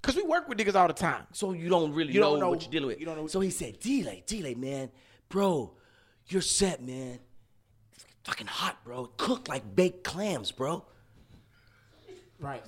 Cause we work with niggas all the time. So you don't really You know, don't know- what you're dealing with. you don't know what- so he said, Delay, Delay, man, bro, you're set, man. It's fucking hot, bro. Cooked like baked clams, bro. Right.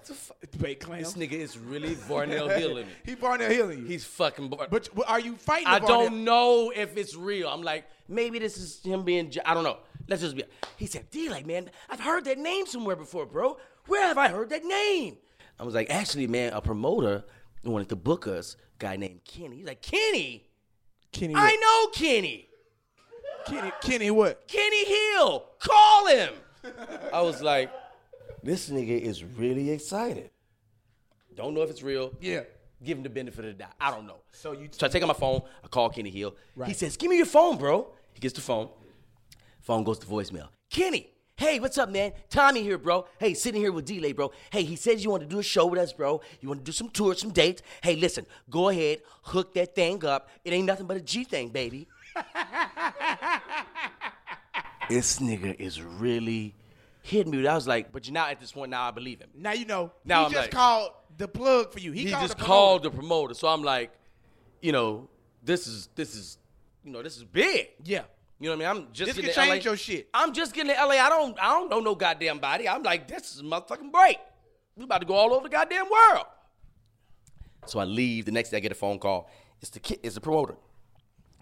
Bait claim. This nigga is really Varnell Hill <laughs> in me. He Varnell Hill. He's. He's fucking Var- But but are you fighting? I Varnell? don't know if it's real. I'm like, Maybe this is him being, j- I don't know. Let's just be. He said, Delay, man, I've heard that name somewhere before, bro. Where have I heard that name? I was like, actually, man, a promoter wanted to book us, guy named Kenny. He's like, Kenny? Kenny. I know Kenny. Kenny. Kenny. What? Kenny Hill, call him. I was like, this nigga is really excited. Don't know if it's real. Yeah. Give him the benefit of the doubt. I don't know. So you- I take out my phone. I call Kenny Hill. He says, "Give me your phone, bro." He gets the phone. Phone goes to voicemail. Kenny, hey, what's up, man? Tommy here, bro. Hey, sitting here with Delay, bro. Hey, he says you want to do a show with us, bro. You want to do some tours, some dates. Hey, listen, go ahead, hook that thing up. It ain't nothing but a G thing, baby. <laughs> this nigga is really hitting me. I was like, but now at this point, now I believe him. Now you know. Now he I'm just like- called the plug for you. He, He called just the called the promoter, so I'm like, you know, this is this is, you know, this is big. Yeah. You know what I mean? I'm just This getting could to LA. change your shit. I'm just getting to LA. I don't I don't know no goddamn body. I'm like, this is a motherfucking break. We about to go all over the goddamn world. So I leave. The next day I get a phone call. It's the ki- it's the promoter,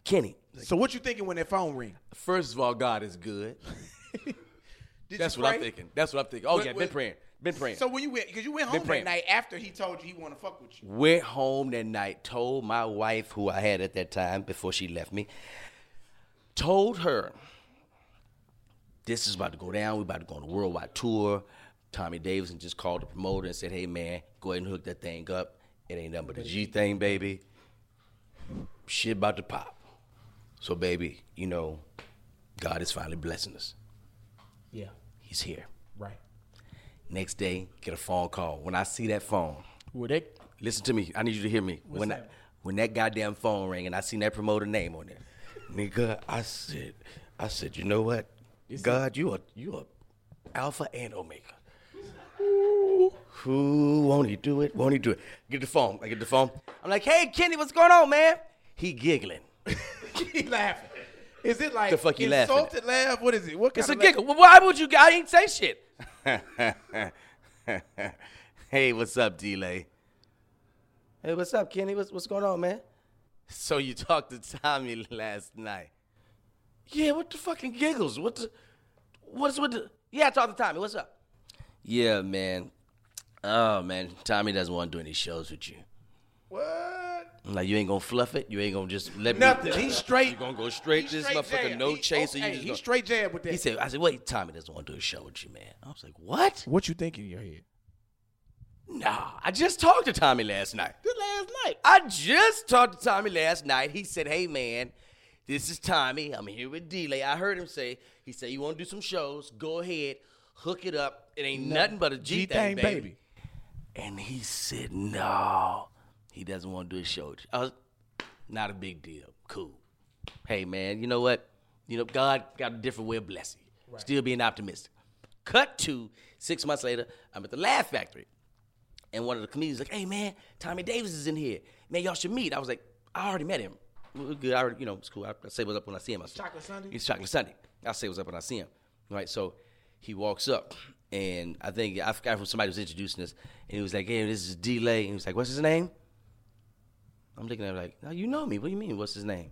Kenny. So what you thinking when that phone ring? first of all, God is good. Did That's <laughs> you what I'm pray? thinking. That's what I'm thinking. Oh What- yeah, been what- praying, been praying. So when you went, because you went home that praying. night after he told you he want to fuck with you. Went home that night, told my wife, who I had at that time before she left me, told her, This is about to go down. We're about to go on a worldwide tour. Tommy Davidson just called the promoter and said, Hey, man, go ahead and hook that thing up. It ain't nothing but a G thing, baby. Shit about to pop. So, baby, you know, God is finally blessing us. Yeah. He's here. Right. Next day, get a phone call. When I see that phone, Were they? Listen to me. I need you to hear me. when I, that? when that goddamn phone rang and I seen that promoter name on there, nigga, I said, I said, you know what? God, you are you are alpha and omega. Who won't he do it? Won't he do it? Get the phone. I get the phone. I'm like, hey Kenny, what's going on, man? He giggling. <laughs> he laughing. Is it like The fuck you laughing at? insulted laugh? What is it? What kind it's a of giggle. Well, why would you? I ain't say shit. <laughs> hey, what's up, Delay? Hey, what's up, Kenny? What's what's going on, man? So you talked to Tommy last night? Yeah. What the fucking giggles? What the? What's with the? Yeah, I talked to Tommy. What's up? Yeah, man. Oh man, Tommy doesn't want to do any shows with you. What? Like you ain't gonna fluff it. You ain't gonna just let Nothing. <laughs> me. He's straight. You gonna go straight to this straight motherfucker jab. no He- chaser? okay, you just he gonna- straight jab with that. He said, I said, wait, Tommy doesn't want to do a show with you, man. I was like, what? What you thinking in your head? Nah, I just talked to Tommy last night. this last night. I just talked to Tommy last night. He said, hey, man, this is Tommy. I'm here with D-Lay. I heard him say, he said, you want to do some shows? Go ahead, hook it up. It ain't nothing but a G thing, baby. And he said, no, he doesn't want to do a show. with you." I was, not a big deal. Cool. Hey, man, you know what? You know, God got a different way of blessing you. Still being optimistic. Cut to six months later, I'm at the Laugh Factory. And one of the comedians like, hey, man, Tommy Davis is in here. Man, y'all should meet. I was like, I already met him. We're good. I already, you know, it's cool. I, I say what's up when I see him. I say, Chocolate Sunday? It's Chocolate Sunday. I say what's up when I see him. Right? So he walks up. And I think I forgot who somebody was introducing us. And he was like, hey, this is D-Lay. And he was like, what's his name? I'm looking at him like, no, you know me. What do you mean? What's his name?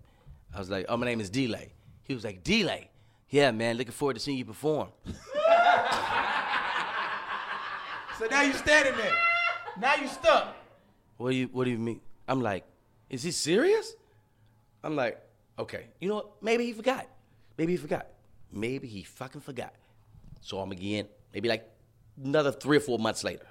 I was like, oh, my name is Delay. He was like, Delay. Yeah, man. Looking forward to seeing you perform. So now you standing there. Now you stuck. What do you What do you mean? I'm like, is he serious? I'm like, okay. You know what? Maybe he forgot. Maybe he forgot. Maybe he fucking forgot. Saw him again. Maybe like another three or four months later.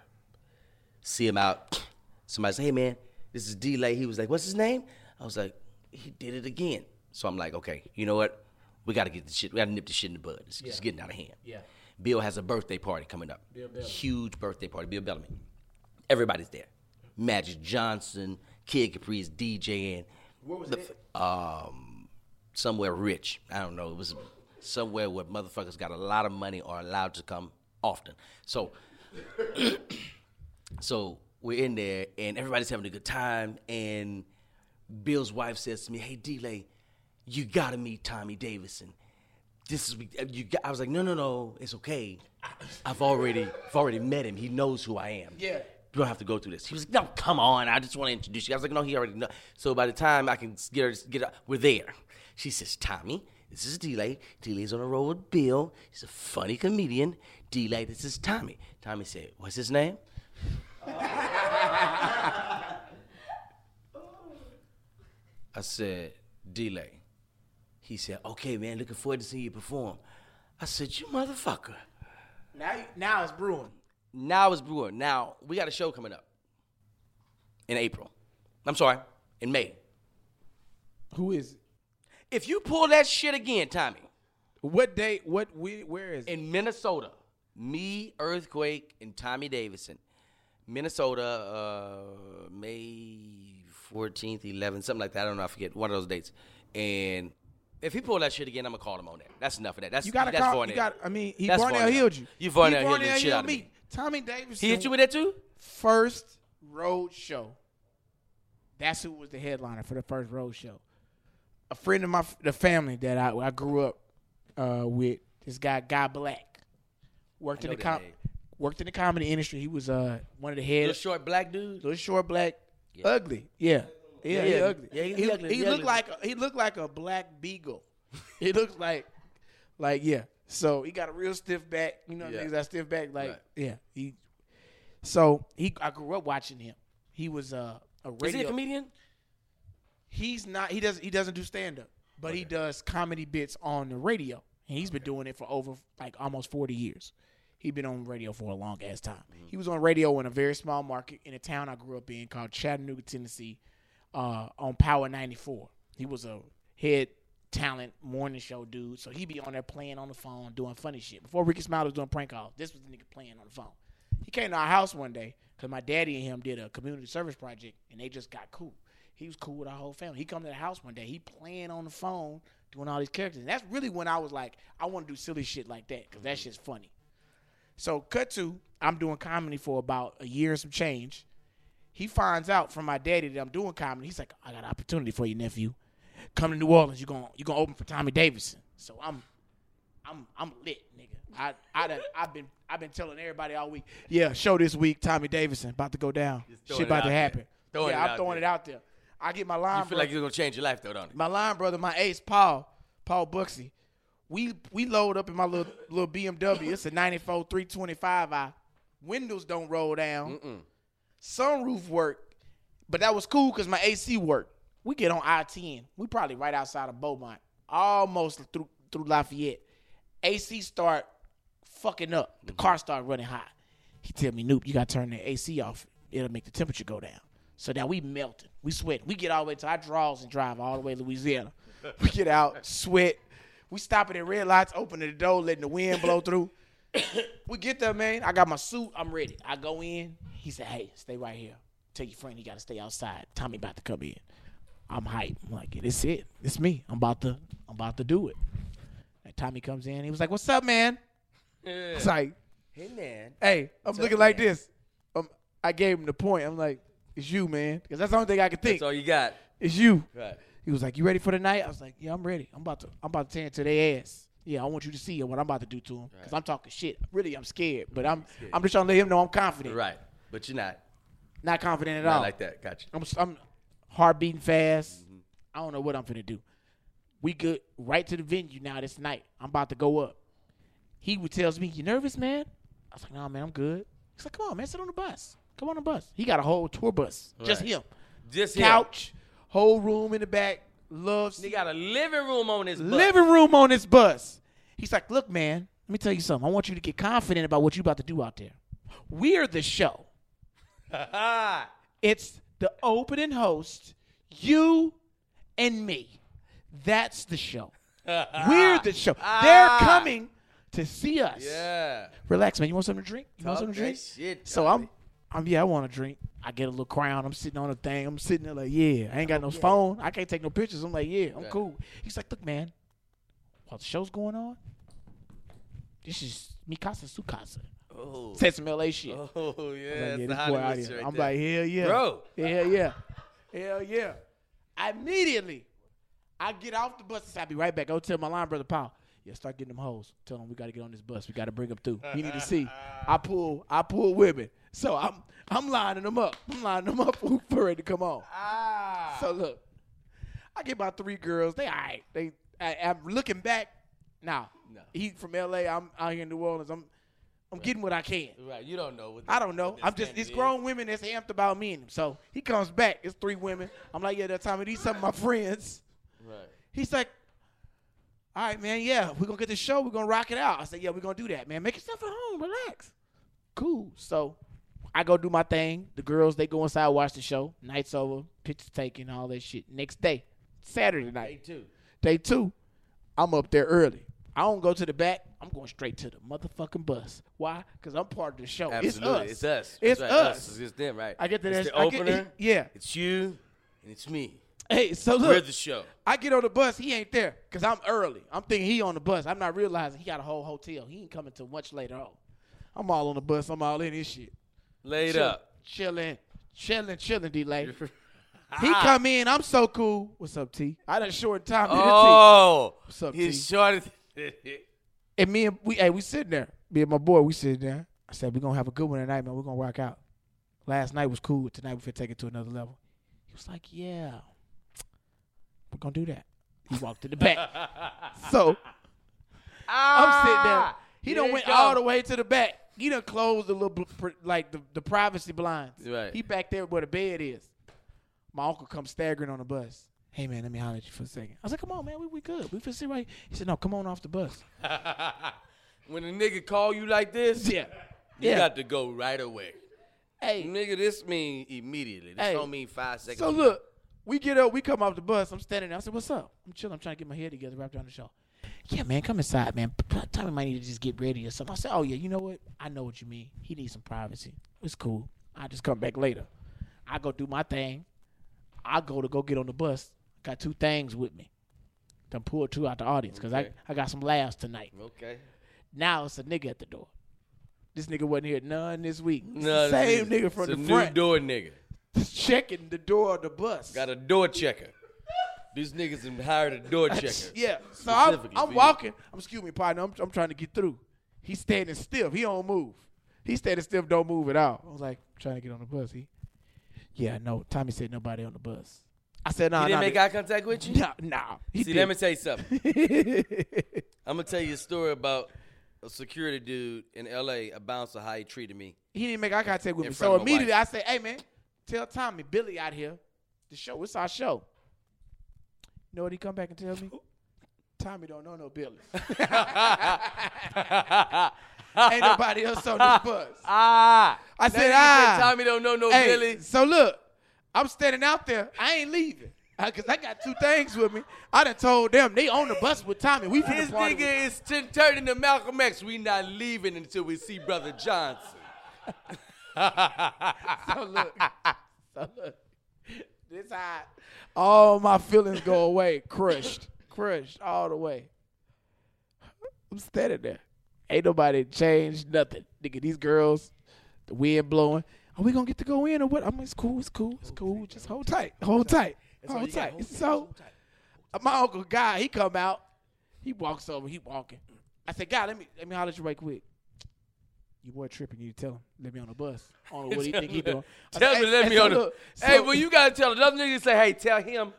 See him out. Somebody say, hey man, this is Delay. He was like, what's his name? I was like, he did it again. So I'm like, okay. You know what? We gotta get this shit. We gotta nip this shit in the bud. It's, it's getting out of hand. Yeah. Bill has a birthday party coming up. Huge birthday party. Bill Bellamy. Everybody's there. Magic Johnson, Kid Capri's DJing. Where was it? Um, somewhere rich. I don't know. It was somewhere where motherfuckers got a lot of money or allowed to come often. So, so we're in there and everybody's having a good time. And Bill's wife says to me, "Hey, D-Lay, you gotta meet Tommy Davidson." This is you. Got, I was like, "No, no, no, it's okay. I've already, I've already met him. He knows who I am. Yeah. You don't have to go through this." He was like, "No, come on. I just want to introduce you." I was like, "No, he already know." So by the time I can get her, get her, we're there. She says, "Tommy." This is D-Lay. D-Lay's on a roll with Bill. He's a funny comedian. D-Lay, this is Tommy. Tommy said, what's his name? I said, delay. He said, okay, man, looking forward to seeing you perform. I said, you motherfucker. Now, you, now it's brewing. Now it's brewing. Now, we got a show coming up in April. I'm sorry, in May. Who is? it? If you pull that shit again, Tommy, What date? What? We, where is? it? in Minnesota, me, Earthquake, and Tommy Davison, Minnesota, uh, May 14th, 11th, something like that. I don't know. I forget one of those dates. And if he pull that shit again, I'm gonna call him on that. That's enough of that. That's You gotta that's call. Varnell. You got. I mean, he That's Barnell Varnell. healed you. You He Varnell healed the shit healed out of me. Tommy Davis. He hit you with that too? first road show. That's who was the headliner for the first road show. A friend of my the family that I, I grew up uh, with, this guy Guy Black, worked in know the that com- name. worked in the comedy industry. He was uh, one of the Little heads. short black dude. Little short black, ugly. Yeah. Yeah, he Yeah, ugly. yeah, he he, ugly, he he looked ugly. like he looked like a black beagle. <laughs> he looks like like yeah. So he got a real stiff back. You know, Yeah. niggas that stiff back. Like Right. yeah. He so he I grew up watching him. He was uh, a radio. Is he a comedian? He's not. He doesn't. He doesn't do stand up, but he does comedy bits on the radio, and he's been doing it for over like almost forty years. He's been on radio for a long ass time. He was on radio in a very small market in a town I grew up in called Chattanooga, Tennessee, uh, on Power ninety four. He was a head talent morning show dude, so he be on there playing on the phone, doing funny shit. Before Ricky Smiley was doing prank calls, this was the nigga playing on the phone. He came to our house one day because my daddy and him did a community service project, and they just got cool. He was cool with our whole family. He come to the house one day. He playing on the phone, doing all these characters. And that's really when I was like, I want to do silly shit like that because Mm-hmm. that shit's funny. So cut to, I'm doing comedy for about a year and some change. He finds out from my daddy that I'm doing comedy. He's like, I got an opportunity for you, nephew. Come to New Orleans. You going you gonna open for Tommy Davidson. So I'm, I'm, I'm lit, nigga. I I done, I've been I've been telling everybody all week. Yeah, show this week, Tommy Davidson about to go down. throwing Shit it about to out there. happen. Throwing yeah, it I'm out throwing there. it out there. I get my line. You feel like you're gonna change your life though, don't you? my line brother, my ace, Paul, Paul Buxy. We we load up in my little little BMW. It's a 94 325i. Windows don't roll down. Sunroof work, but that was cool because my AC worked. We get on I-10. We probably right outside of Beaumont, almost through through Lafayette. AC start fucking up. The car start running hot. He tell me, Noop, you gotta turn the AC off. It'll make the temperature go down. So now we melting. We sweating. We get all the way to our draws and drive all the way to Louisiana. We get out, sweat. We stopping at red lights, opening the door, letting the wind blow through. we get there, man. I got my suit. I'm ready. I go in. He said, Hey, stay right here. Tell your friend he gotta stay outside. Tommy about to come in. I'm hyped. I'm like, yeah, this it. It's me. I'm about to I'm about to do it. And Tommy comes in. He was like, What's up, man? It's like, Hey man, hey, I'm looking like this. Um, I gave him the point. I'm like, it's you, man. Because that's the only thing I could think. That's all you got. it's you. Right. He was like, you ready for the night? I was like, yeah, I'm ready. I'm about to, I'm about to tear into their ass. Yeah, I want you to see what I'm about to do to him. Because I'm talking shit. Really, I'm scared. But I'm, I'm just trying to let him know I'm confident. Right. But you're not. Not confident at Not all. like that. Gotcha. I'm, I'm heart beating fast. I don't know what I'm finna do. We good right to the venue now this night. I'm about to go up. He would tells me, "You nervous, man?" I was like, "No, man, I'm good." He's like, "Come on, man, sit on the bus. Come on the bus." He got a whole tour bus, just Right. him, Just him. couch, whole room in the back, love He seat, got a living room on his butt. living room on this bus. He's like, "Look, man, let me tell you something. I want you to get confident about what you about to do out there. We're the show." <laughs> Ah. It's the opening host, you and me. That's <laughs> the show. We're the show. They're coming to see Ah. us. Yeah. Relax, man. You want something to drink? You want Talk something to drink? that shit, so Tommy. I'm, I'm yeah. I want a drink. I get a little crown. I'm sitting on a thing. I'm sitting there like, yeah. I ain't got no phone. I can't take no pictures. I'm like, yeah. I'm cool. He's like, look, man. While the show's going on, this is Mikasa Sukasa. Oh. <laughs> Said some LA shit. Oh yeah. Like, yeah, that's the this boy out Hollywood here. shit right I'm there. like, hell yeah. Bro. Hell yeah. Hell yeah. Immediately, I get off the bus and say, I'll be right back. Go tell my line brother Paul. Yeah, start getting them hoes. Tell them we gotta get on this bus. We gotta bring them through. We need to see. I pull, I pull women. So I'm I'm lining them up. I'm lining them up <laughs> for for ready to come on. ah. So look, I get my three girls. They all right. They I, I'm looking back now. No. He from LA. I'm out here in New Orleans. I'm I'm getting what I can. Right. You don't know what. I don't know. what the I'm just standard it's is. grown women that's amped about me and him. So he comes back. It's three women. I'm like, yeah, that time of these some of my friends. Right. He's like, all right, man, yeah, we're gonna get the show. We're gonna rock it out. I said, yeah, we're gonna do that, man. Make yourself at home. Relax. Cool. So I go do my thing. The girls they go inside, watch the show. Night's over. Pictures taken, all that shit. Next day, Saturday night. Hey, too. Day two, I'm up there early. I don't go to the back. I'm going straight to the motherfucking bus. Why? Because I'm part of the show. Absolutely. It's It's us. us. It's That's right, us. It's just them, right? I get to It's that. the I get- opener. yeah. It's you, and it's me. Hey, so We're look, the show. I get on the bus. He ain't there because I'm early. I'm thinking he on the bus. I'm not realizing he got a whole hotel. He ain't coming till much later on. I'm all on the bus. I'm all in this shit. Laid Chill- up. Chilling, chilling, <laughs> chilling, D-Lay. he come in. I'm so cool. What's up, <laughs> T? I done short time. Oh, What's up, he's <laughs> T? short. as- And me and we, hey, we sitting there. Me and my boy, we sitting there. I said, we gonna have a good one tonight, man. we gonna rock out. Last night was cool. Tonight we finna take it to another level. He was like, yeah, we gonna do that. He walked in <laughs> the back. so I'm sitting there. He Ah, Here done it went go. all the way to the back. He done closed the little, bl- pr- like the, the privacy blinds. Right. He back there where the bed is. My uncle comes staggering on the bus. Hey, man, let me holler at you for a second. I was like, come on, man, we, we good. We finna sit right here. He said, no, come on off the bus. when a nigga call you like this, Yeah. you yeah. got to go right away. hey, Nigga, this mean immediately. This Hey. don't mean five seconds. so look, we get up, we come off the bus. I'm standing there. I said, What's up? I'm chilling. I'm trying to get my hair together, wrapped around the show. Yeah, man, come inside, man. P- p- Tommy might need to just get ready or something. I said, Oh, yeah, you know what? I know what you mean. He needs some privacy. It's cool. I just come back later. I go do my thing. I go to go get on the bus. Got two things with me. Done pull two out the audience because Okay. I, I got some laughs tonight. Okay. Now it's a nigga at the door. This nigga wasn't here none this week. It's the No, same this- nigga from it's the a front. New door nigga. checking the door of the bus. Got a door checker. These niggas done hired a door checker. <laughs> yeah. So I'm, Specifically for I'm you. walking. I'm excuse me, partner. I'm, I'm trying to get through. He's standing stiff. He don't move. He standing stiff, don't move at all. I was like, trying to get on the bus. He, yeah, no. Tommy said nobody on the bus. I said, nah, He nah, didn't make eye contact with you? nah, nah. He See, did. let me tell <laughs> you something. I'm gonna tell you a story about a security dude in LA, a bouncer, how he treated me. he didn't make eye contact with In me. front So of my immediately I said, hey, man, tell Tommy, Billy out here. The show, it's our show. You know what he come back and tell me? Tommy don't know no <laughs> Billy. Ain't nobody else on this bus. <laughs> Ah, I Now said, you ah. Tommy don't know no hey, Billy. So look, I'm standing out there. I ain't leaving. I- Cause I got two things with me. I done told them they on the bus with Tommy. We finna This party. with- nigga is t- turning to Malcolm X. We not leaving until we see Brother Johnson. <laughs> So <laughs> look, so look. This how all my feelings go away. Crushed, crushed all the way. I'm standing there. Ain't nobody changed nothing, nigga. These girls, the wind blowing. Are we gonna get to go in or what? I'm like, it's cool, it's cool, it's cool. Just hold tight, hold tight, hold tight. So, my uncle guy, he come out. He walks over. He walking. I said, "Guy, let me let me holler at you right quick." You boy tripping. You tell him. Let me on the bus. I don't know what he think he doing. I <laughs> Tell said, "Hey, me, to let hey, me so on. the look, hey, so- well, you gotta tell another nigga. Say, hey, tell him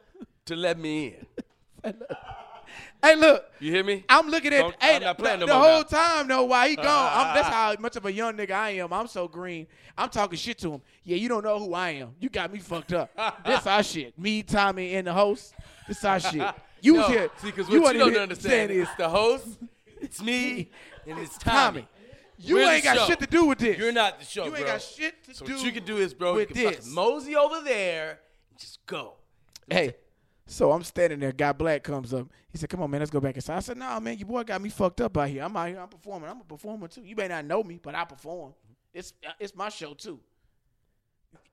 to let me in. Hey, look. You hear me? I'm looking at Don't- hey, I'm not the- playing the, no more whole now. Uh, time though while he gone. I'm, that's how much of a young nigga I am. I'm so green. I'm talking shit to him. Yeah, you don't know who I am. You got me fucked up. this <laughs> our shit. Me, Tommy, and the host. This our shit. You was No, here. See, because you wasn't what you don't even understand saying is the host, it's me, and it's <laughs> Tommy. Tommy. You We're the ain't got show. shit to do with this. You're not the show, You ain't bro. got shit to so do. what you can do is, bro, with you can fucking this. mosey over there and just go. Hey, so I'm standing there. Guy Black comes up. He said, "Come on, man, let's go back inside." I said, "Nah, man, your boy got me fucked up out here. I'm out here. I'm performing. I'm a performer too. You may not know me, but I perform. It's it's my show too."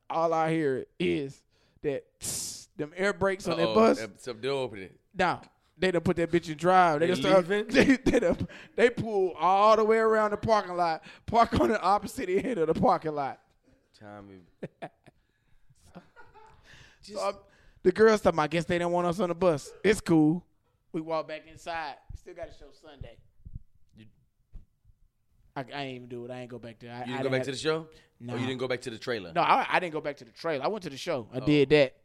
All I hear is that tss, them air brakes on that Uh-oh, bus. Oh, that- Some door opening. Nah, they done put that bitch in drive. They, They just start, <laughs> leaving? they, they, done, they pull all the way around the parking lot, park on the opposite end of the parking lot. <laughs> Tommy. So I'm- the girls talking. about, I guess they didn't want us on the bus. It's cool. We walk back inside. Still got to show Sunday. You- I, I ain't even do it. I ain't go back there. I, You I didn't go back have- to the show? No. Or you didn't go back to the trailer? No, I, I didn't go back to the trailer. I went to the show. Oh. I did that.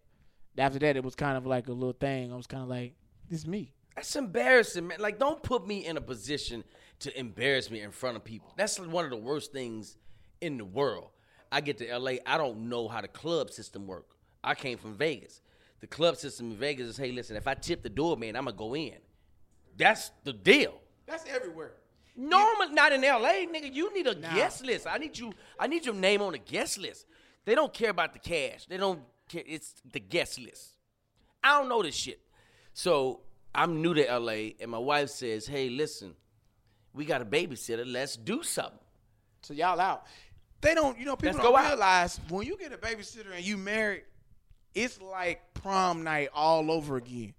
After that, it was kind of like a little thing. I was kind of like, this is me. That's embarrassing, man. Like, don't put me in a position to embarrass me in front of people. That's one of the worst things in the world. I get to LA, I don't know how the club system work. I came from Vegas. The club system in Vegas is, hey, listen, if I tip the doorman, I'm gonna go in. That's the deal. That's everywhere. Normal, not in LA, nigga. You need a Nah. guest list. I need you. I need your name on the guest list. They don't care about the cash. They don't care. It's the guest list. I don't know this shit. So I'm new to LA, and my wife says, "Hey, listen, we got a babysitter. Let's do something." So y'all out. They don't, you know, people Let's don't go out. realize when you get a babysitter and you married, it's like prom night all over again.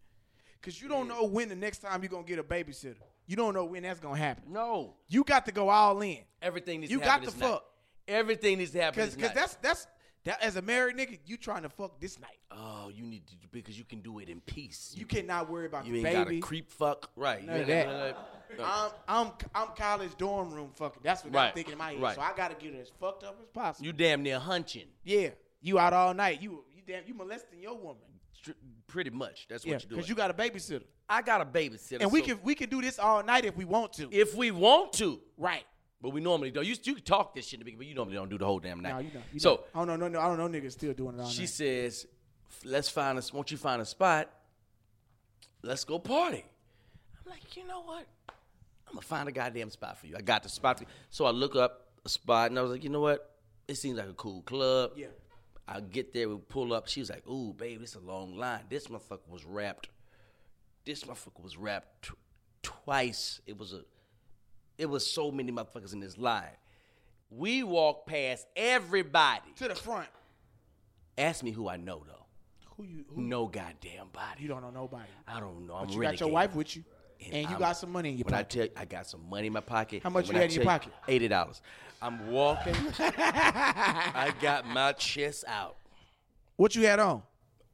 Cause you don't know when the next time you're gonna get a babysitter. You don't know when that's gonna happen. No, You got to go all in. everything needs You to got happen. to this night. fuck. Everything needs to happen. Cause, this cause night. that's that's that as a married nigga, you trying to fuck this night. oh, you need to because you can do it in peace. You cannot worry about you the ain't baby. gotta creep fuck right. None You of ain't that. Um, gotta- I'm I'm I'm college dorm room fucking. That's what I'm Right, thinking in my head. right. So I gotta get it as fucked up as possible. You damn near hunching. yeah, you out all night. You you damn you molesting your woman. Tr- Pretty much, that's Yeah, what you're doing. because you got a babysitter. I got a babysitter, and we so can we can do this all night if we want to. if we want to, right. but we normally don't. You you can talk this shit in the beginning, but you normally don't do the whole damn night. No, you know. You so know. I don't know. No, no, I don't know. Niggas still doing it all she night. says, "F- "Let's find us. Won't you find a spot? Let's go party." I'm like, you know what? I'm gonna find a goddamn spot for you. I got the spot. for you." So I look up a spot, and I was like, you know what? It seems like a cool club. Yeah. I get there, we pull up. She was like, "Ooh, babe, this a long line. This motherfucker was wrapped. This motherfucker was wrapped tw- twice. It was a, it was so many motherfuckers in this line. We walked past everybody. To the front. Ask me who I know though. Who you? Who, No goddamn body. you don't know nobody. I don't know. I'm But you renegade. got your wife with you, And and, you I'm- got some money in your When I pocket. tell you, I got some money in my pocket. How much when you I had in your tell you- pocket? Eighty dollars. <laughs> I'm walking. I got my chest out. what you had on?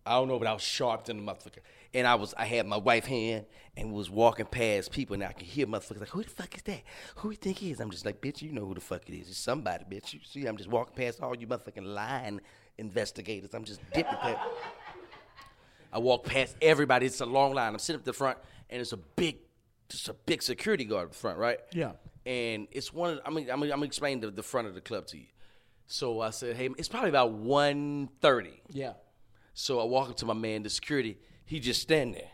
I don't know, but I was sharp than the motherfucker. And I was, I had my wife hand and was walking past people, and I could hear motherfuckers like, "Who the fuck is that? Who you think it is?" I'm just like, "Bitch, you know who the fuck it is? It's somebody, bitch." You see, I'm just walking past all you motherfucking lying investigators. I'm just dipping past. I walk past everybody. It's a long line. I'm sitting up the front, and it's a big, just a big security guard up front, right? Yeah. And it's one. Of, I'm gonna, I'm gonna, I'm gonna explain the, the front of the club to you. So I said, "Hey, it's probably about 1.30. Yeah. So I walk up to my man, the security. He just stand there.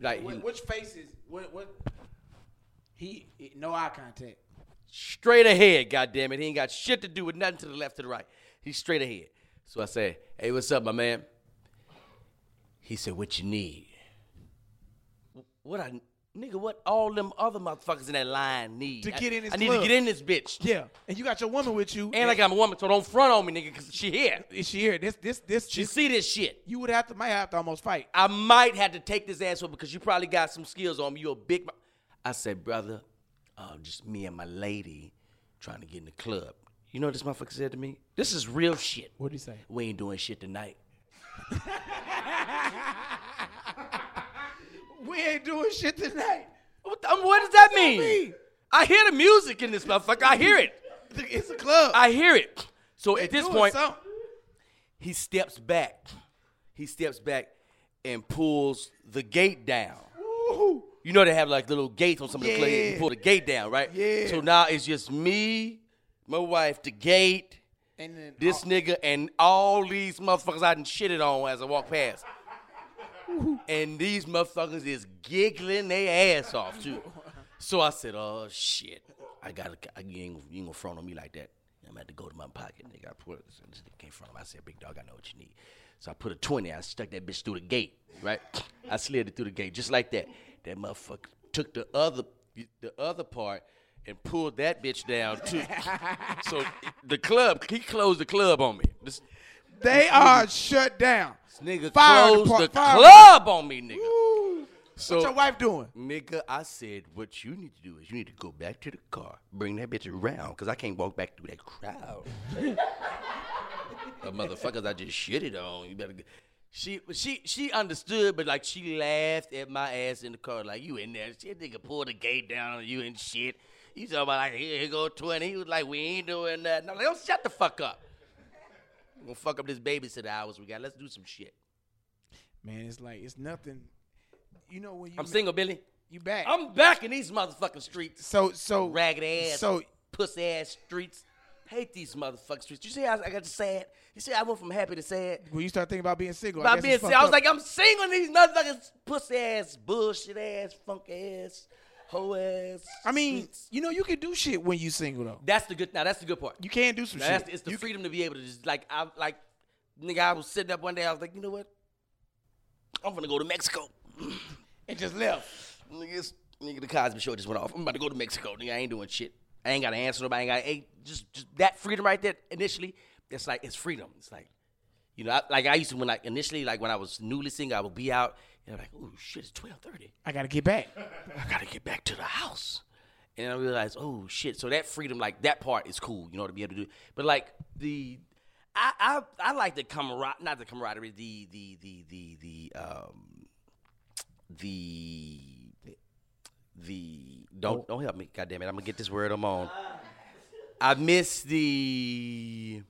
Like he, Wh- which faces? What? What? He he- no eye contact. straight ahead, goddamn it. He ain't got shit to do with nothing to the left or the right. He's straight ahead. So I said, "Hey, what's up, my man?" He said, "What you need?" What I nigga? What all them other motherfuckers in that line need To I- get in this I need club. to get in this bitch. Yeah, and you got your woman with you. And I got my woman, so don't front on me, nigga, cause she here. is she here? This this this. She this- see this shit. you would have to might have to almost fight. I might have to take this ass with because you probably got some skills on me. You a big. mo- I said, brother, uh, just me and my lady trying to get in the club. You know what this motherfucker said to me? This is real shit. What'd he say? We ain't doing shit tonight. <laughs> We ain't doing shit tonight. What, the- um, what does that mean? mean? I hear the music in this motherfucker. I hear it. It's a club. I hear it. So at They this doing point, something. he steps back. He steps back and pulls the gate down. Ooh. You know they have like little gates on some of the clubs. You Yeah. pull the gate down, right? Yeah. So now it's just me, my wife, the gate, and then this nigga, and all these motherfuckers I done shitted on as I walk past. and these motherfuckers is giggling their ass off too. So I said, "Oh shit, I gotta, I, you, ain't, you ain't gonna front on me like that." I'm gonna have to go to my pocket, nigga. I put this nigga came front of him. I said, "Big dog, I know what you need." So I put a twenty. I stuck that bitch through the gate, right? I slid it through the gate just like that. That motherfucker took the other, the other part. And pulled that bitch down <laughs> too. so the club, he closed the club on me. This, they are shut down. this nigga Fire closed depart- the fire- club on me, nigga. Ooh. So What's your wife doing? Nigga, I said what you need to do is you need to go back to the car, bring that bitch around, because I can't walk back through that crowd. the motherfuckers I just shitted on. You better get she she she understood, but like she laughed at my ass in the car, like you in there. Shit nigga pulled the gate down on you and shit. You talking about like here, here go 20. He was like, we ain't doing that. I'm like, oh shut the fuck up. I'm gonna fuck up this babysitter hours we got. Let's do some shit. Man, it's like it's nothing. You know when you I'm single, Billy. you back. I'm back in these motherfucking streets. so so ragged ass, So pussy ass streets. Hate these motherfucking streets. You see how I got to sad? You see, I went from happy to sad. when you start thinking about being single, I By guess being it's sad, fucked I was up. like, I'm singling these motherfuckers, pussy ass, bullshit ass, funk ass, hoe ass. I mean, streets. you know, you can do shit when you single though. that's the good. Now that's the good part. You can do some Now, shit. that's the, it's the freedom to be able to just like I like nigga. I was sitting up one day. I was like, you know what? I'm gonna go to Mexico. <clears throat> and just left. Nigga, it's- nigga, the Cosby Show just went off. I'm about to go to Mexico. Nigga, I ain't doing shit. I ain't got to answer nobody. I ain't got ain't- just just that freedom right there. Initially, it's like it's freedom. It's like you know, I, like I used to when like initially, like when I was newly single, I would be out and I'm like, oh shit, it's twelve thirty. I gotta get back. I gotta get back to the house. And I realized, oh shit. So that freedom, like that part is cool, you know, to be able to do. But like the I I, I like the camaraderie not the camaraderie, the the the the the um the the Oh. don't don't help me, goddamn it. I'm gonna get this word I'm on. I miss the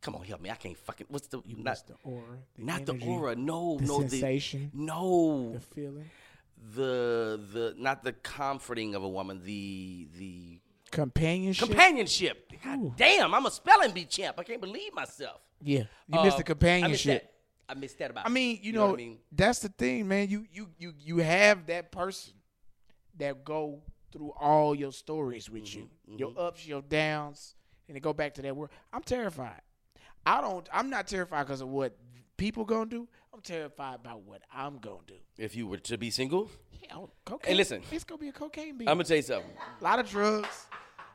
Come on, help me. I can't fucking what's the You not, missed the aura. The not energy, the aura, no, The no sensation. the no The feeling. the the not the comforting of a woman, the the Companionship. companionship. God damn, I'm a spelling bee champ. I can't believe myself. yeah. You missed the Uh, I missed companionship. that. I missed that about. I it. mean, you, You know know, what I mean? that's the thing, man. You you you you have that person that go through all your stories with you, Mm-hmm, your ups, your downs, and they go back to that world. I'm terrified. I don't. I'm not terrified because of what people gonna do. I'm terrified about what I'm gonna do. if you were to be single, Hell, cocaine. listen. it's gonna be a cocaine beat. I'm gonna tell you something. a lot of drugs,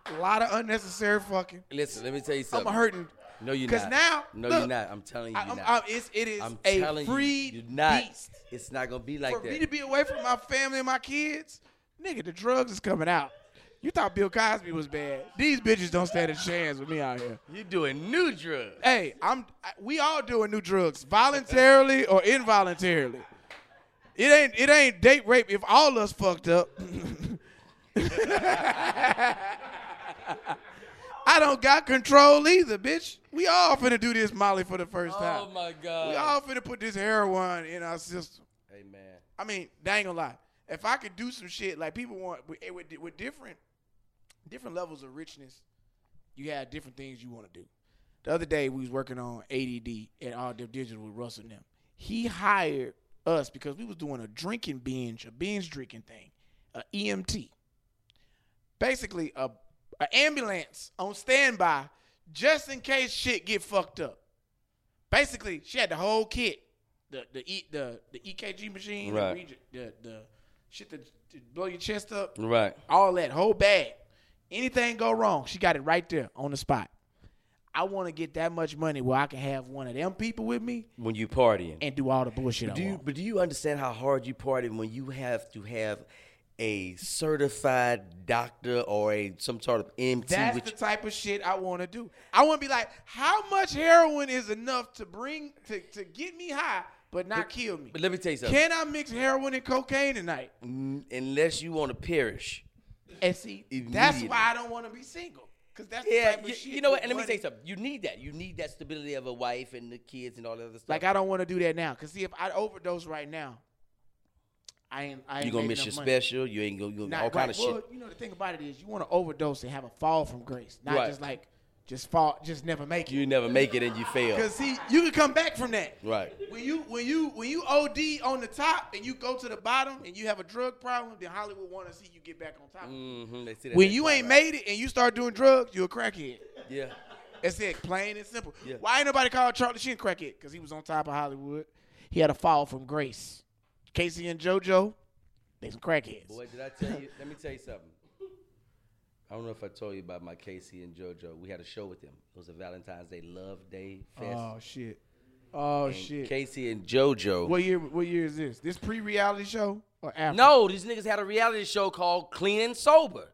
a lot of unnecessary fucking. Listen, let me tell you I'm something. hurting. No, you're not. Because now, no, look, you're not. I'm telling you, I, you're I'm, not. I'm, it's, it is I'm a telling you, free you're not. beast. It's not gonna be like for me that. to be away from my family and my kids, nigga, the drugs is coming out. You thought Bill Cosby was bad. These bitches don't stand a chance with me out here. You doing new drugs. Hey, I'm. I, we all doing new drugs, voluntarily or involuntarily. It ain't. It ain't date rape if all of us fucked up. <laughs> I don't got control either, bitch. We all finna do this Molly for the first time. Oh my we God. all finna put this heroin in our system. Hey man. I mean, they ain't gonna lie. If I could do some shit like people want with, with, with different different levels of richness, you have different things you want to do. The other day we was working on ADD at All Def Digital with Russell and them. He hired us because we was doing a drinking binge, a binge drinking thing, a EMT. Basically, a an ambulance on standby just in case shit get fucked up. Basically, she had the whole kit, the the e, the the EKG machine, Right. the, reg- the the shit that to blow your chest up, Right. all that whole bag. Anything go wrong, she got it right there on the spot. I want to get that much money where I can have one of them people with me When you partying. and do all the bullshit. Do I you, want. but do you understand how hard you party when you have to have a certified doctor or a some sort of MT? That's which, the type of shit I want to do. I want to be like, how much heroin is enough to bring to, to get me high but not kill me? but let me tell you something. Can I mix heroin and cocaine tonight? N- Mm, Unless you want to perish. And see, that's Immediately. why I don't want to be single. Cause that's the Yeah, type of you, shit you know what? with And let me tell money- you something. You need that. You need that stability of a wife and the kids and all that other stuff. Like I don't want to do that now. Cause see, if I overdose right now, I ain't. I ain't you gonna made miss enough your money. special. You ain't gonna you gonna Not all kind right. of shit. Well, you know the thing about it is, you want to overdose and have a fall from grace, not Right. just like just fall, just never make it. You never make it and you <laughs> fail. Cause see, you can come back from that. Right. When you when you when you OD on the top and you go to the bottom and you have a drug problem, then Hollywood want to see you get back on top. Mm-hmm, they see that When that's you all ain't right. made it and you start doing drugs, you a crackhead. yeah, That's it, plain and simple. Yeah. Why ain't nobody called Charlie Sheen crackhead? Because he was on top of Hollywood. He had a fall from grace. Casey and JoJo, they some crackheads. boy, did I tell you? Let me tell you something. I don't know if I told you about my Casey and JoJo. We had a show with them. It was a Valentine's Day Love Day fest. Oh shit. Oh And shit. Casey and JoJo. what year? What year is this? This pre-reality show or after? No, these niggas had a reality show called Clean and Sober.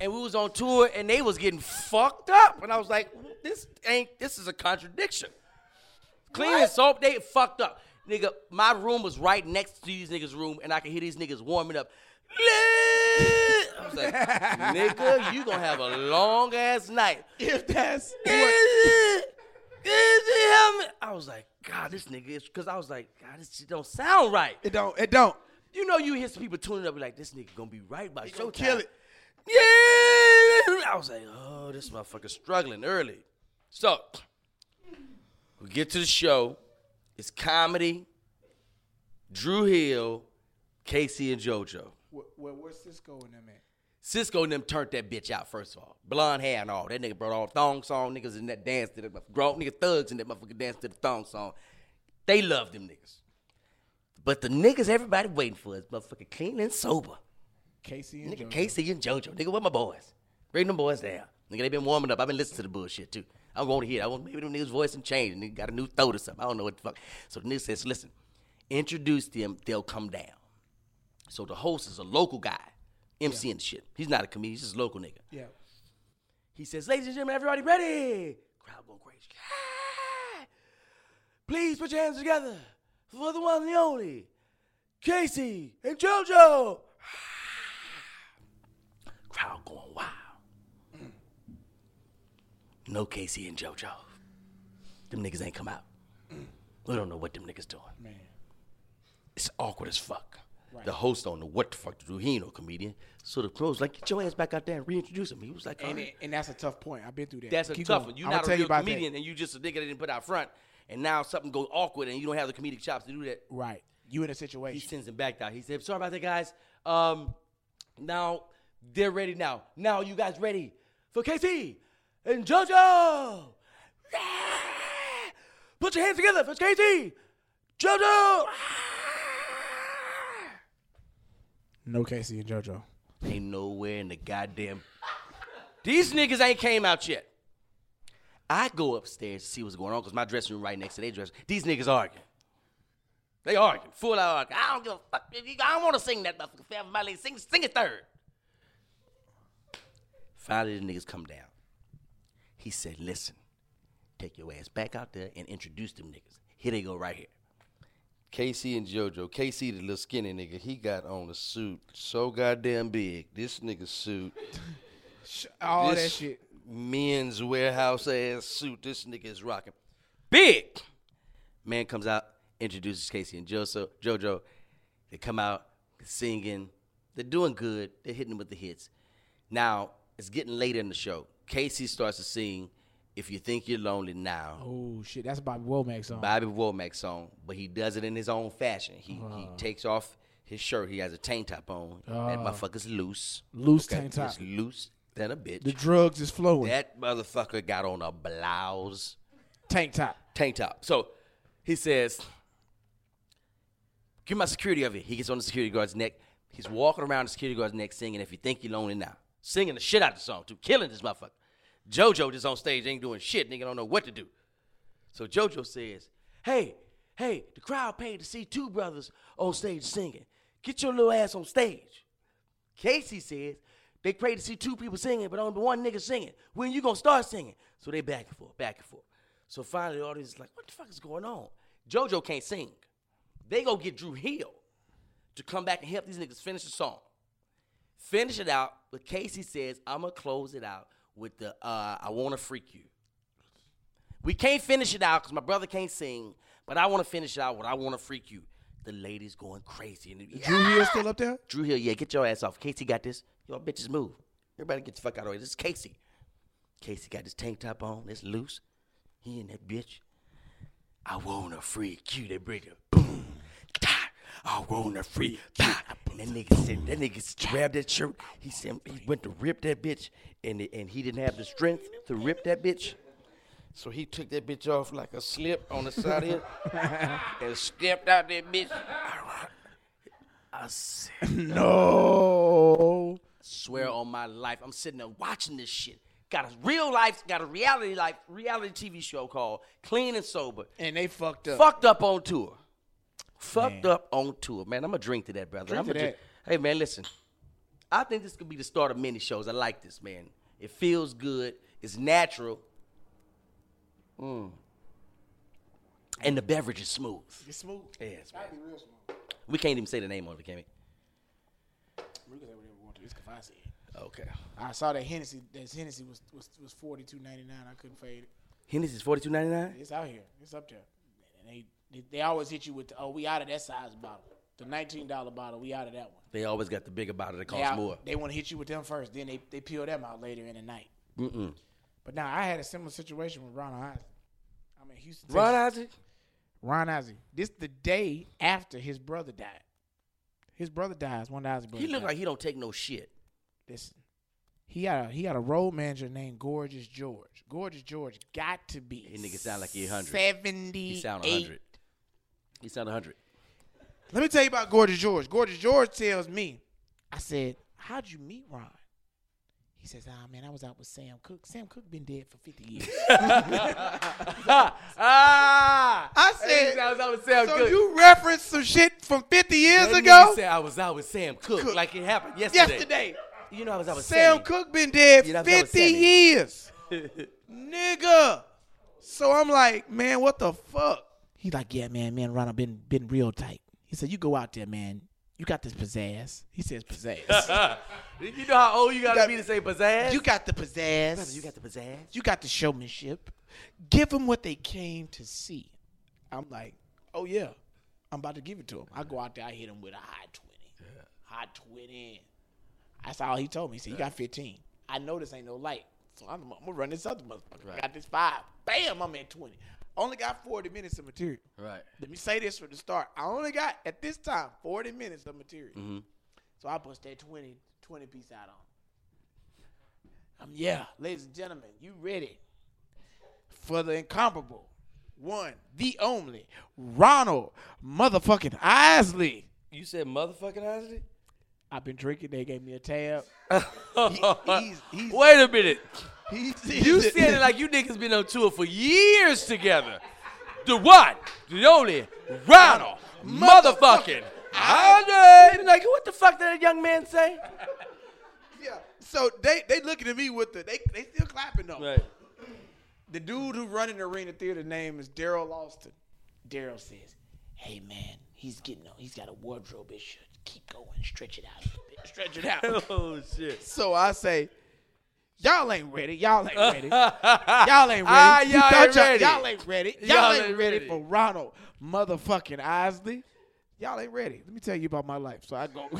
And we was on tour and they was getting fucked up. And I was like, this ain't this is a contradiction. Clean and sober, they fucked up. Nigga, my room was right next to these niggas' room and I could hear these niggas warming up. I was <laughs> like, nigga, you gonna have a long ass night. <laughs> If that's Is <laughs> it? Is it him? I was like, God, this nigga is because I was like, God, this shit don't sound right. it, don't it don't. You know, you hear some people tuning up, be like, this nigga gonna be right by gonna showtime. kill it. Yeah. I was like, oh, this motherfucker struggling early. So, we get to the show. It's comedy. Drew Hill, Casey, and JoJo. Where, where, where's Cisco in them at? Cisco and them turned that bitch out, first of all. Blonde hair and all. That nigga brought all thong song niggas and that dance to the grown nigga thugs and that motherfucker danced to the thong song. They love them niggas. But the niggas everybody waiting for is motherfucking clean and sober. Casey and Nigga, JoJo. Casey and JoJo. Nigga, where my boys? Bring them boys down. Nigga, they been warming up. I've been listening to the bullshit too. I want to hear. It. I want maybe them niggas' voice and change. Nigga got a new throat or something. I don't know what the fuck. So the nigga says, listen, introduce them. They'll come down. So the host is a local guy, MC and shit. He's not a comedian. He's just a local nigga. Yeah. He says, ladies and gentlemen, everybody ready? Crowd go crazy. Yeah. Please put your hands together for the one and the only, Casey and JoJo. <sighs> Crowd going wild. No Casey and JoJo. Them niggas ain't come out. We don't know what them niggas doing. Man. It's awkward as fuck. The host don't know what the fuck to do. He ain't no comedian. So the crow's like, get your ass back out there and reintroduce him. He was like, And, "Alright." it- and that's a tough point. I've been through that. That's a Keep tough going. one. You're I'ma not tell a real about that. comedian, and you just a nigga that didn't put out front. And now something goes awkward, and you don't have the comedic chops to do that. Right. You in a He situation. sends him back out. He said, "Sorry about that, guys. Um, now they're ready. Now, now you guys ready for KC and JoJo? Yeah! Put your hands together for KC, JoJo. Ah! No Casey and JoJo. Ain't nowhere in the goddamn. These niggas ain't came out yet. I go upstairs to see what's going on because my dressing room right next to their dressing room. These niggas arguing. They arguing. Full out arguing. I don't give a fuck. I don't want to sing that motherfucker. Fair for my lady. Sing, sing it third. Finally, the niggas come down. He said, listen, take your ass back out there and introduce them niggas. Here they go right here. KC and JoJo. KC, the little skinny nigga, he got on a suit so goddamn big. This nigga suit. All this that shit. Men's warehouse ass suit. This nigga is rocking. Big man comes out, introduces Casey and JoJo. JoJo, they come out they're singing. They're doing good. They're hitting with the hits. Now it's getting later in the show. Casey starts to sing "If You Think You're Lonely Now." Oh shit, that's Bobby Womack song. Bobby Womack song, but he does it in his own fashion. He he Ah. takes off his shirt. He has a tank top on. that motherfucker's loose. Loose tank top. It's loose than a bitch. The drugs is flowing. that motherfucker got on a blouse tank top. tank top. So he says, Give my security of it. He gets on the security guard's neck. He's walking around the security guard's neck singing If You Think You're Lonely Now. Singing the shit out of the song, too. Killing this motherfucker. JoJo just on stage ain't doing shit. Nigga don't know what to do. So JoJo says, Hey, hey, the crowd paid to see two brothers on stage singing. Get your little ass on stage. Casey says they pray to see two people singing, but only one nigga singing. When you gonna start singing? So they back and forth, back and forth. So finally, the audience is like, "What the fuck is going on?" JoJo can't sing. They go get Drew Hill to come back and help these niggas finish the song, finish it out. But Casey says, "I'ma close it out with the uh, I wanna freak you." We can't finish it out because my brother can't sing, but I wanna finish it out with I wanna freak you. The ladies going crazy. And Drew Hill still up <clears throat> there? Drew Hill, yeah, get your ass off. Casey got this. Y'all bitches move. Everybody get the fuck out of the way. This is Casey. Casey got this tank top on. It's loose. He and that bitch. I wanna freak you. They bring it. Boom. Ta. I wanna freak you. And that nigga said, that nigga s- grabbed that shirt. He said, he went to rip that bitch. And, and he didn't have the strength to rip that bitch. So he took that bitch off like a slip on the side of it and stepped out that bitch. I said, No. swear on my life, I'm sitting there watching this shit. Got a real life, got a reality life, reality TV show called Clean and Sober. And they fucked up. Fucked up on tour. Fucked up on tour, man. I'm gonna drink to that, brother. Drink I'm to gonna drink- Hey, man, listen. I think this could be the start of many shows. I like this, man. It feels good. It's natural. Mm. And the beverage is smooth. It's smooth. Yes, man. We can't even say the name on it, can we? Okay. I saw that Hennessy. That Hennessy was was was forty two ninety nine. I couldn't fade it. Hennessy's forty two ninety nine. It's out here. It's up there. And they they, they always hit you with the, oh we out of that size bottle. The nineteen dollar bottle. We out of that one. They always got the bigger bottle that They, costs more. want to hit you with them first. Then they they peel them out later in the night. Mm-mm. But now I had a similar situation with Ron Isaac. I'm in Houston. Texas. Ron Isaac. Ron Isaac. This the day after his brother died. His brother dies. One of Isaac's brothers. He look died. like he don't take no shit. Listen, he got a, he got a road manager named Gorgeous George. Gorgeous George got to be. He nigga sound like he 100. Seventy. He sound hundred. He sound hundred. Let me tell you about Gorgeous George. Gorgeous George tells me, I said, "How'd you meet Ron?" He says, "Ah, man, I was out with Sam Cook. Sam Cook been dead for fifty <laughs> years." <laughs> Ah! I said, I was out with Sam "So Cooke. you referenced some shit from fifty years That ago?" nigga said I was out with Sam Cook, Cook. like it happened yesterday. Yesterday, You know I was out with Sam Sammy. Cook been dead Yeah, that's what I was fifty saying. <laughs> years, nigga. So I'm like, man, what the fuck? He like, yeah, man, man, Ronald been been real tight. He said, you go out there, man. You got this pizzazz. He says <laughs> pizzazz. You know how old you gotta got- be to say pizzazz? you got the pizzazz. Brother, you got the pizzazz. you got the showmanship. Give them what they came to see. I'm like, oh yeah, I'm about to give it to him. I go out there, I hit him with a high twenty, high twenty. That's all he told me. He said, you got fifteen. I know this ain't no light, so I'm, I'm gonna run this other motherfucker. I got this five. Bam, I'm at twenty. Only got forty minutes of material. Right. Let me say this from the start. I only got at this time forty minutes of material. So I bust that 20, 20 piece out on. him. Um, yeah, ladies and gentlemen, you ready for the incomparable one, the only Ronald motherfucking Isley. You said motherfucking <laughs> Isaac? I've been drinking. They gave me a tab. he's- he's- Wait a minute. you You said it like you niggas been on tour for years together. The one, the only, Ronald, motherfucking Andre. Like, what the fuck did that young man say? yeah. So they they looking at me with the they they still clapping though. <laughs> Right. The dude who running the arena theater name is Daryl Austin. Daryl says, "Hey man, he's getting on. He's got a wardrobe issue. Keep going, stretch it out, stretch it <laughs> out." Oh shit. so I say. Y'all ain't ready. Y'all ain't <laughs> ready. Y'all ain't ready. Ah, You y'all thought ain't ready. Y'all ain't ready. Y'all, ain't, ready, for Ronald motherfucking Isley. Y'all ain't ready. Let me tell you about my life. So I go. <laughs>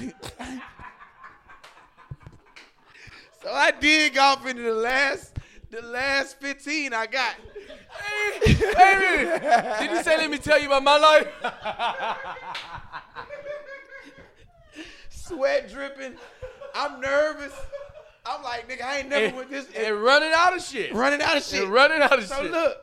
so I dig off into the last, the last fifteen I got. Did you say let me tell you about my <laughs> life? Sweat dripping. I'm nervous. I'm like, nigga, I ain't Eh, never with this. And running out of shit. running out of shit. And running out of So shit. look,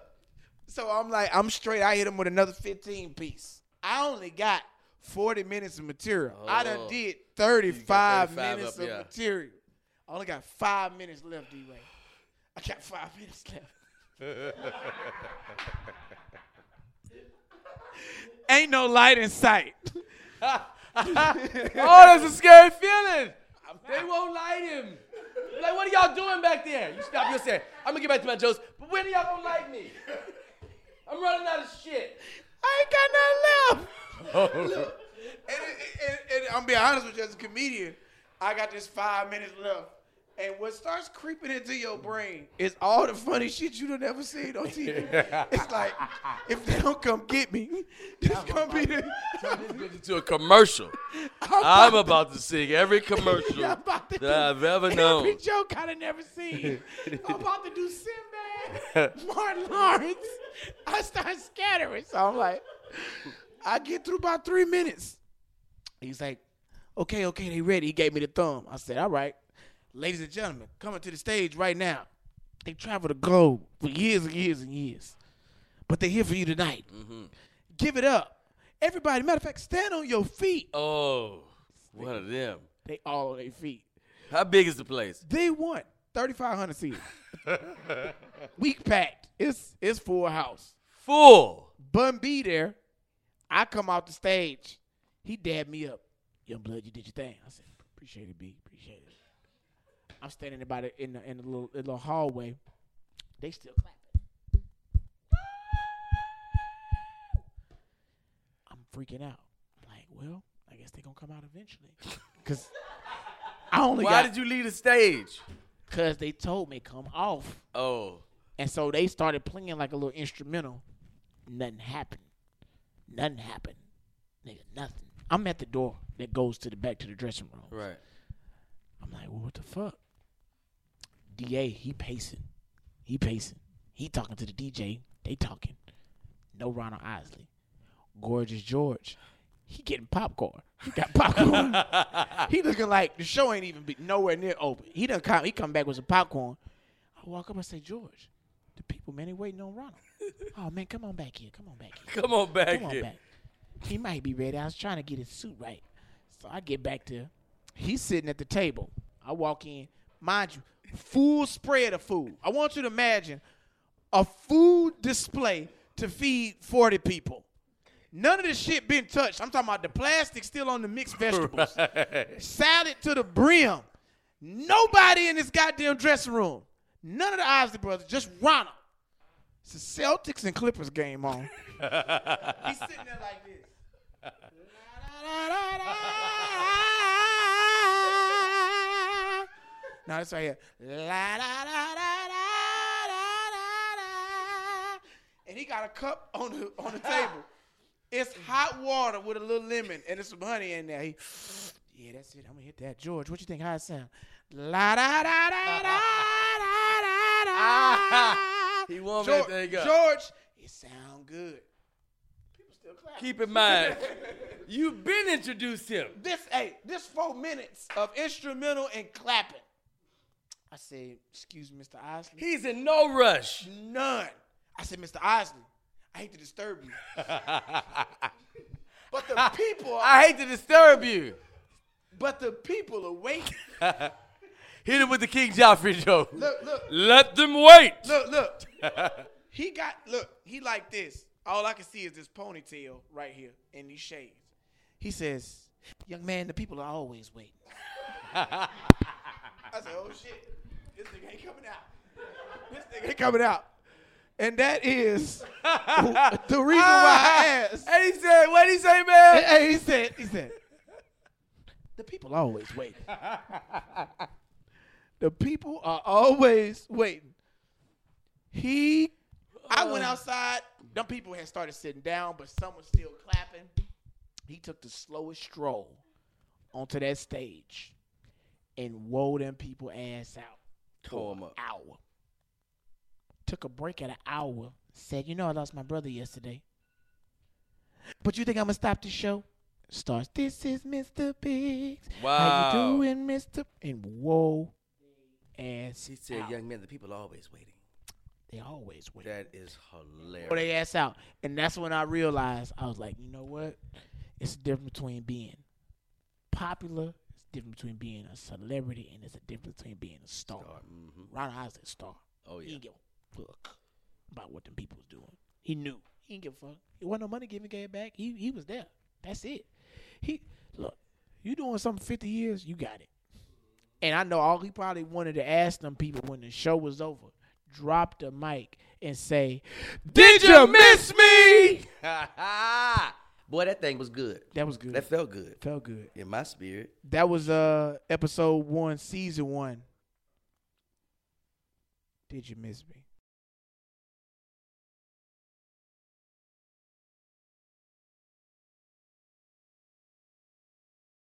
so I'm like, I'm straight. I hit him with another 15 piece. I only got 40 minutes of material. I Oh. done did 35, 35 minutes up, of yeah. material. I only got five minutes left, D Ray. I got five <laughs> minutes left. <laughs> Ain't no light in sight. <laughs> Oh, that's a scary feeling. They won't light him. Like, what are y'all doing back there? You stop yourself. I'm gonna get back to my jokes, but when are y'all gonna light me? I'm running out of shit. I ain't got nothing left. <laughs> And, and, and, and I'm being honest with you, as a comedian, I got this five minutes left. And what starts creeping into your brain is all the funny shit you done ever seen on <laughs> TV. it's like, if they don't come get me, this gonna be the. <laughs> Into a commercial. I'm about to sing every commercial <laughs> I'm about to that do I've ever <laughs> Every known. joke I done never <laughs> seen. I'm about to do Sinbad, Martin Lawrence. I start scattering. So I'm like, I get through about three minutes. He's like, okay, okay, they ready. He gave me the thumb. I said, all right. Ladies and gentlemen, coming to the stage right now. They traveled the globe for years and years and years. But they're here for you tonight. Mm-hmm. Give it up. Everybody, matter of fact, stand on your feet. Oh, one of them. They all on their feet. How big is the place? They want 3,500 seats. <laughs> Week packed. It's it's full house. Full. Bun B there. I come off the stage. He dabbed me up. Young blood, you did your thing. I said, appreciate it, B. Appreciate it. I'm standing about it in the in the little, in the little hallway. They still clapping. I'm freaking out. I'm like, well, I guess they gonna come out eventually. <laughs> Cause I only Why got did you leave the stage? cause they told me come off. Oh, And so they started playing like a little instrumental. Nothing happened. Nothing happened. Nigga, nothing. I'm at the door that goes to the back to the dressing room. right. I'm like, well, what the fuck? DA, he pacing. He pacing. He talking to the DJ. They talking. No Ronald Isley. Gorgeous George. He getting popcorn. He got popcorn. he looking like the show ain't even be nowhere near open. He done come he come back with some popcorn. I walk up and say, George, the people, man, they waiting on Ronald. oh man, come on back here. Come on back here. Come on back Come on here. back. He might be ready. I was trying to get his suit right. So I get back there. He's sitting at the table. I walk in. Mind you, full spread of food. I want you to imagine a food display to feed 40 people. None of this shit been touched. I'm talking about the plastic still on the mixed vegetables. Salad to the brim. Nobody in this goddamn dressing room. None of the Isley brothers, just Ronald. It's a Celtics and Clippers game on. He's sitting there like this. <laughs> No, that's right here. And he got a cup on the on the table. It's hot water with a little lemon and there's some honey in there. He, yeah, that's it. I'm gonna hit that. George, what you think? How it sound? La da da da da da da. He warmed that George, thing up. George, it sound good. Keep in <laughs> mind, you've been introduced him. This hey, this four minutes of instrumental and clapping. I said, excuse me, Mr. Isley. He's in no rush. None. I said, Mr. Isley, I hate to disturb you. but the people are, I hate to disturb you. but the people are waiting. Hit him with the King Joffrey joke. Look, look, Let them wait. look, look. he got look, he like this. All I can see is this ponytail right here and these shades. He says, Young man, the people are always waiting. I said, oh shit, this nigga ain't coming out. This nigga ain't coming out. And that is the reason why I asked. And he said, what he say, man? Hey, he said, he said, the people always waiting. <laughs> the people are always waiting. He, uh, I went outside. Them people had started sitting down, but some was still clapping. He took the slowest stroll onto that stage and wore them people ass out Tore 'em up. hour. Took a break at an hour. Said, you know, I lost my brother yesterday. But you think I'm gonna stop the show? Starts. This is Mr. Biggs. How Wow. you doing, Mr. And whoa, ass. He said, out. "Young man, the people always waiting." They always win. That is hilarious. Throw they ass out, and that's when I realized I was like, you know what? It's a difference between being popular. It's a difference between being a celebrity, and it's a difference between being a star. Mm-hmm. Ron Howard's a star. Oh, He yeah. didn't give a fuck about what them people was doing. He knew. He didn't give a fuck. It wasn't no money giving gave back. He he was there. That's it. He look, you doing something fifty years, you got it. And I know all he probably wanted to ask them people when the show was over, drop the mic and say, Did you miss me? <laughs> Boy, that thing was good. That was good. That That felt good felt good. in my spirit. That was uh episode one, season one. Did you miss me?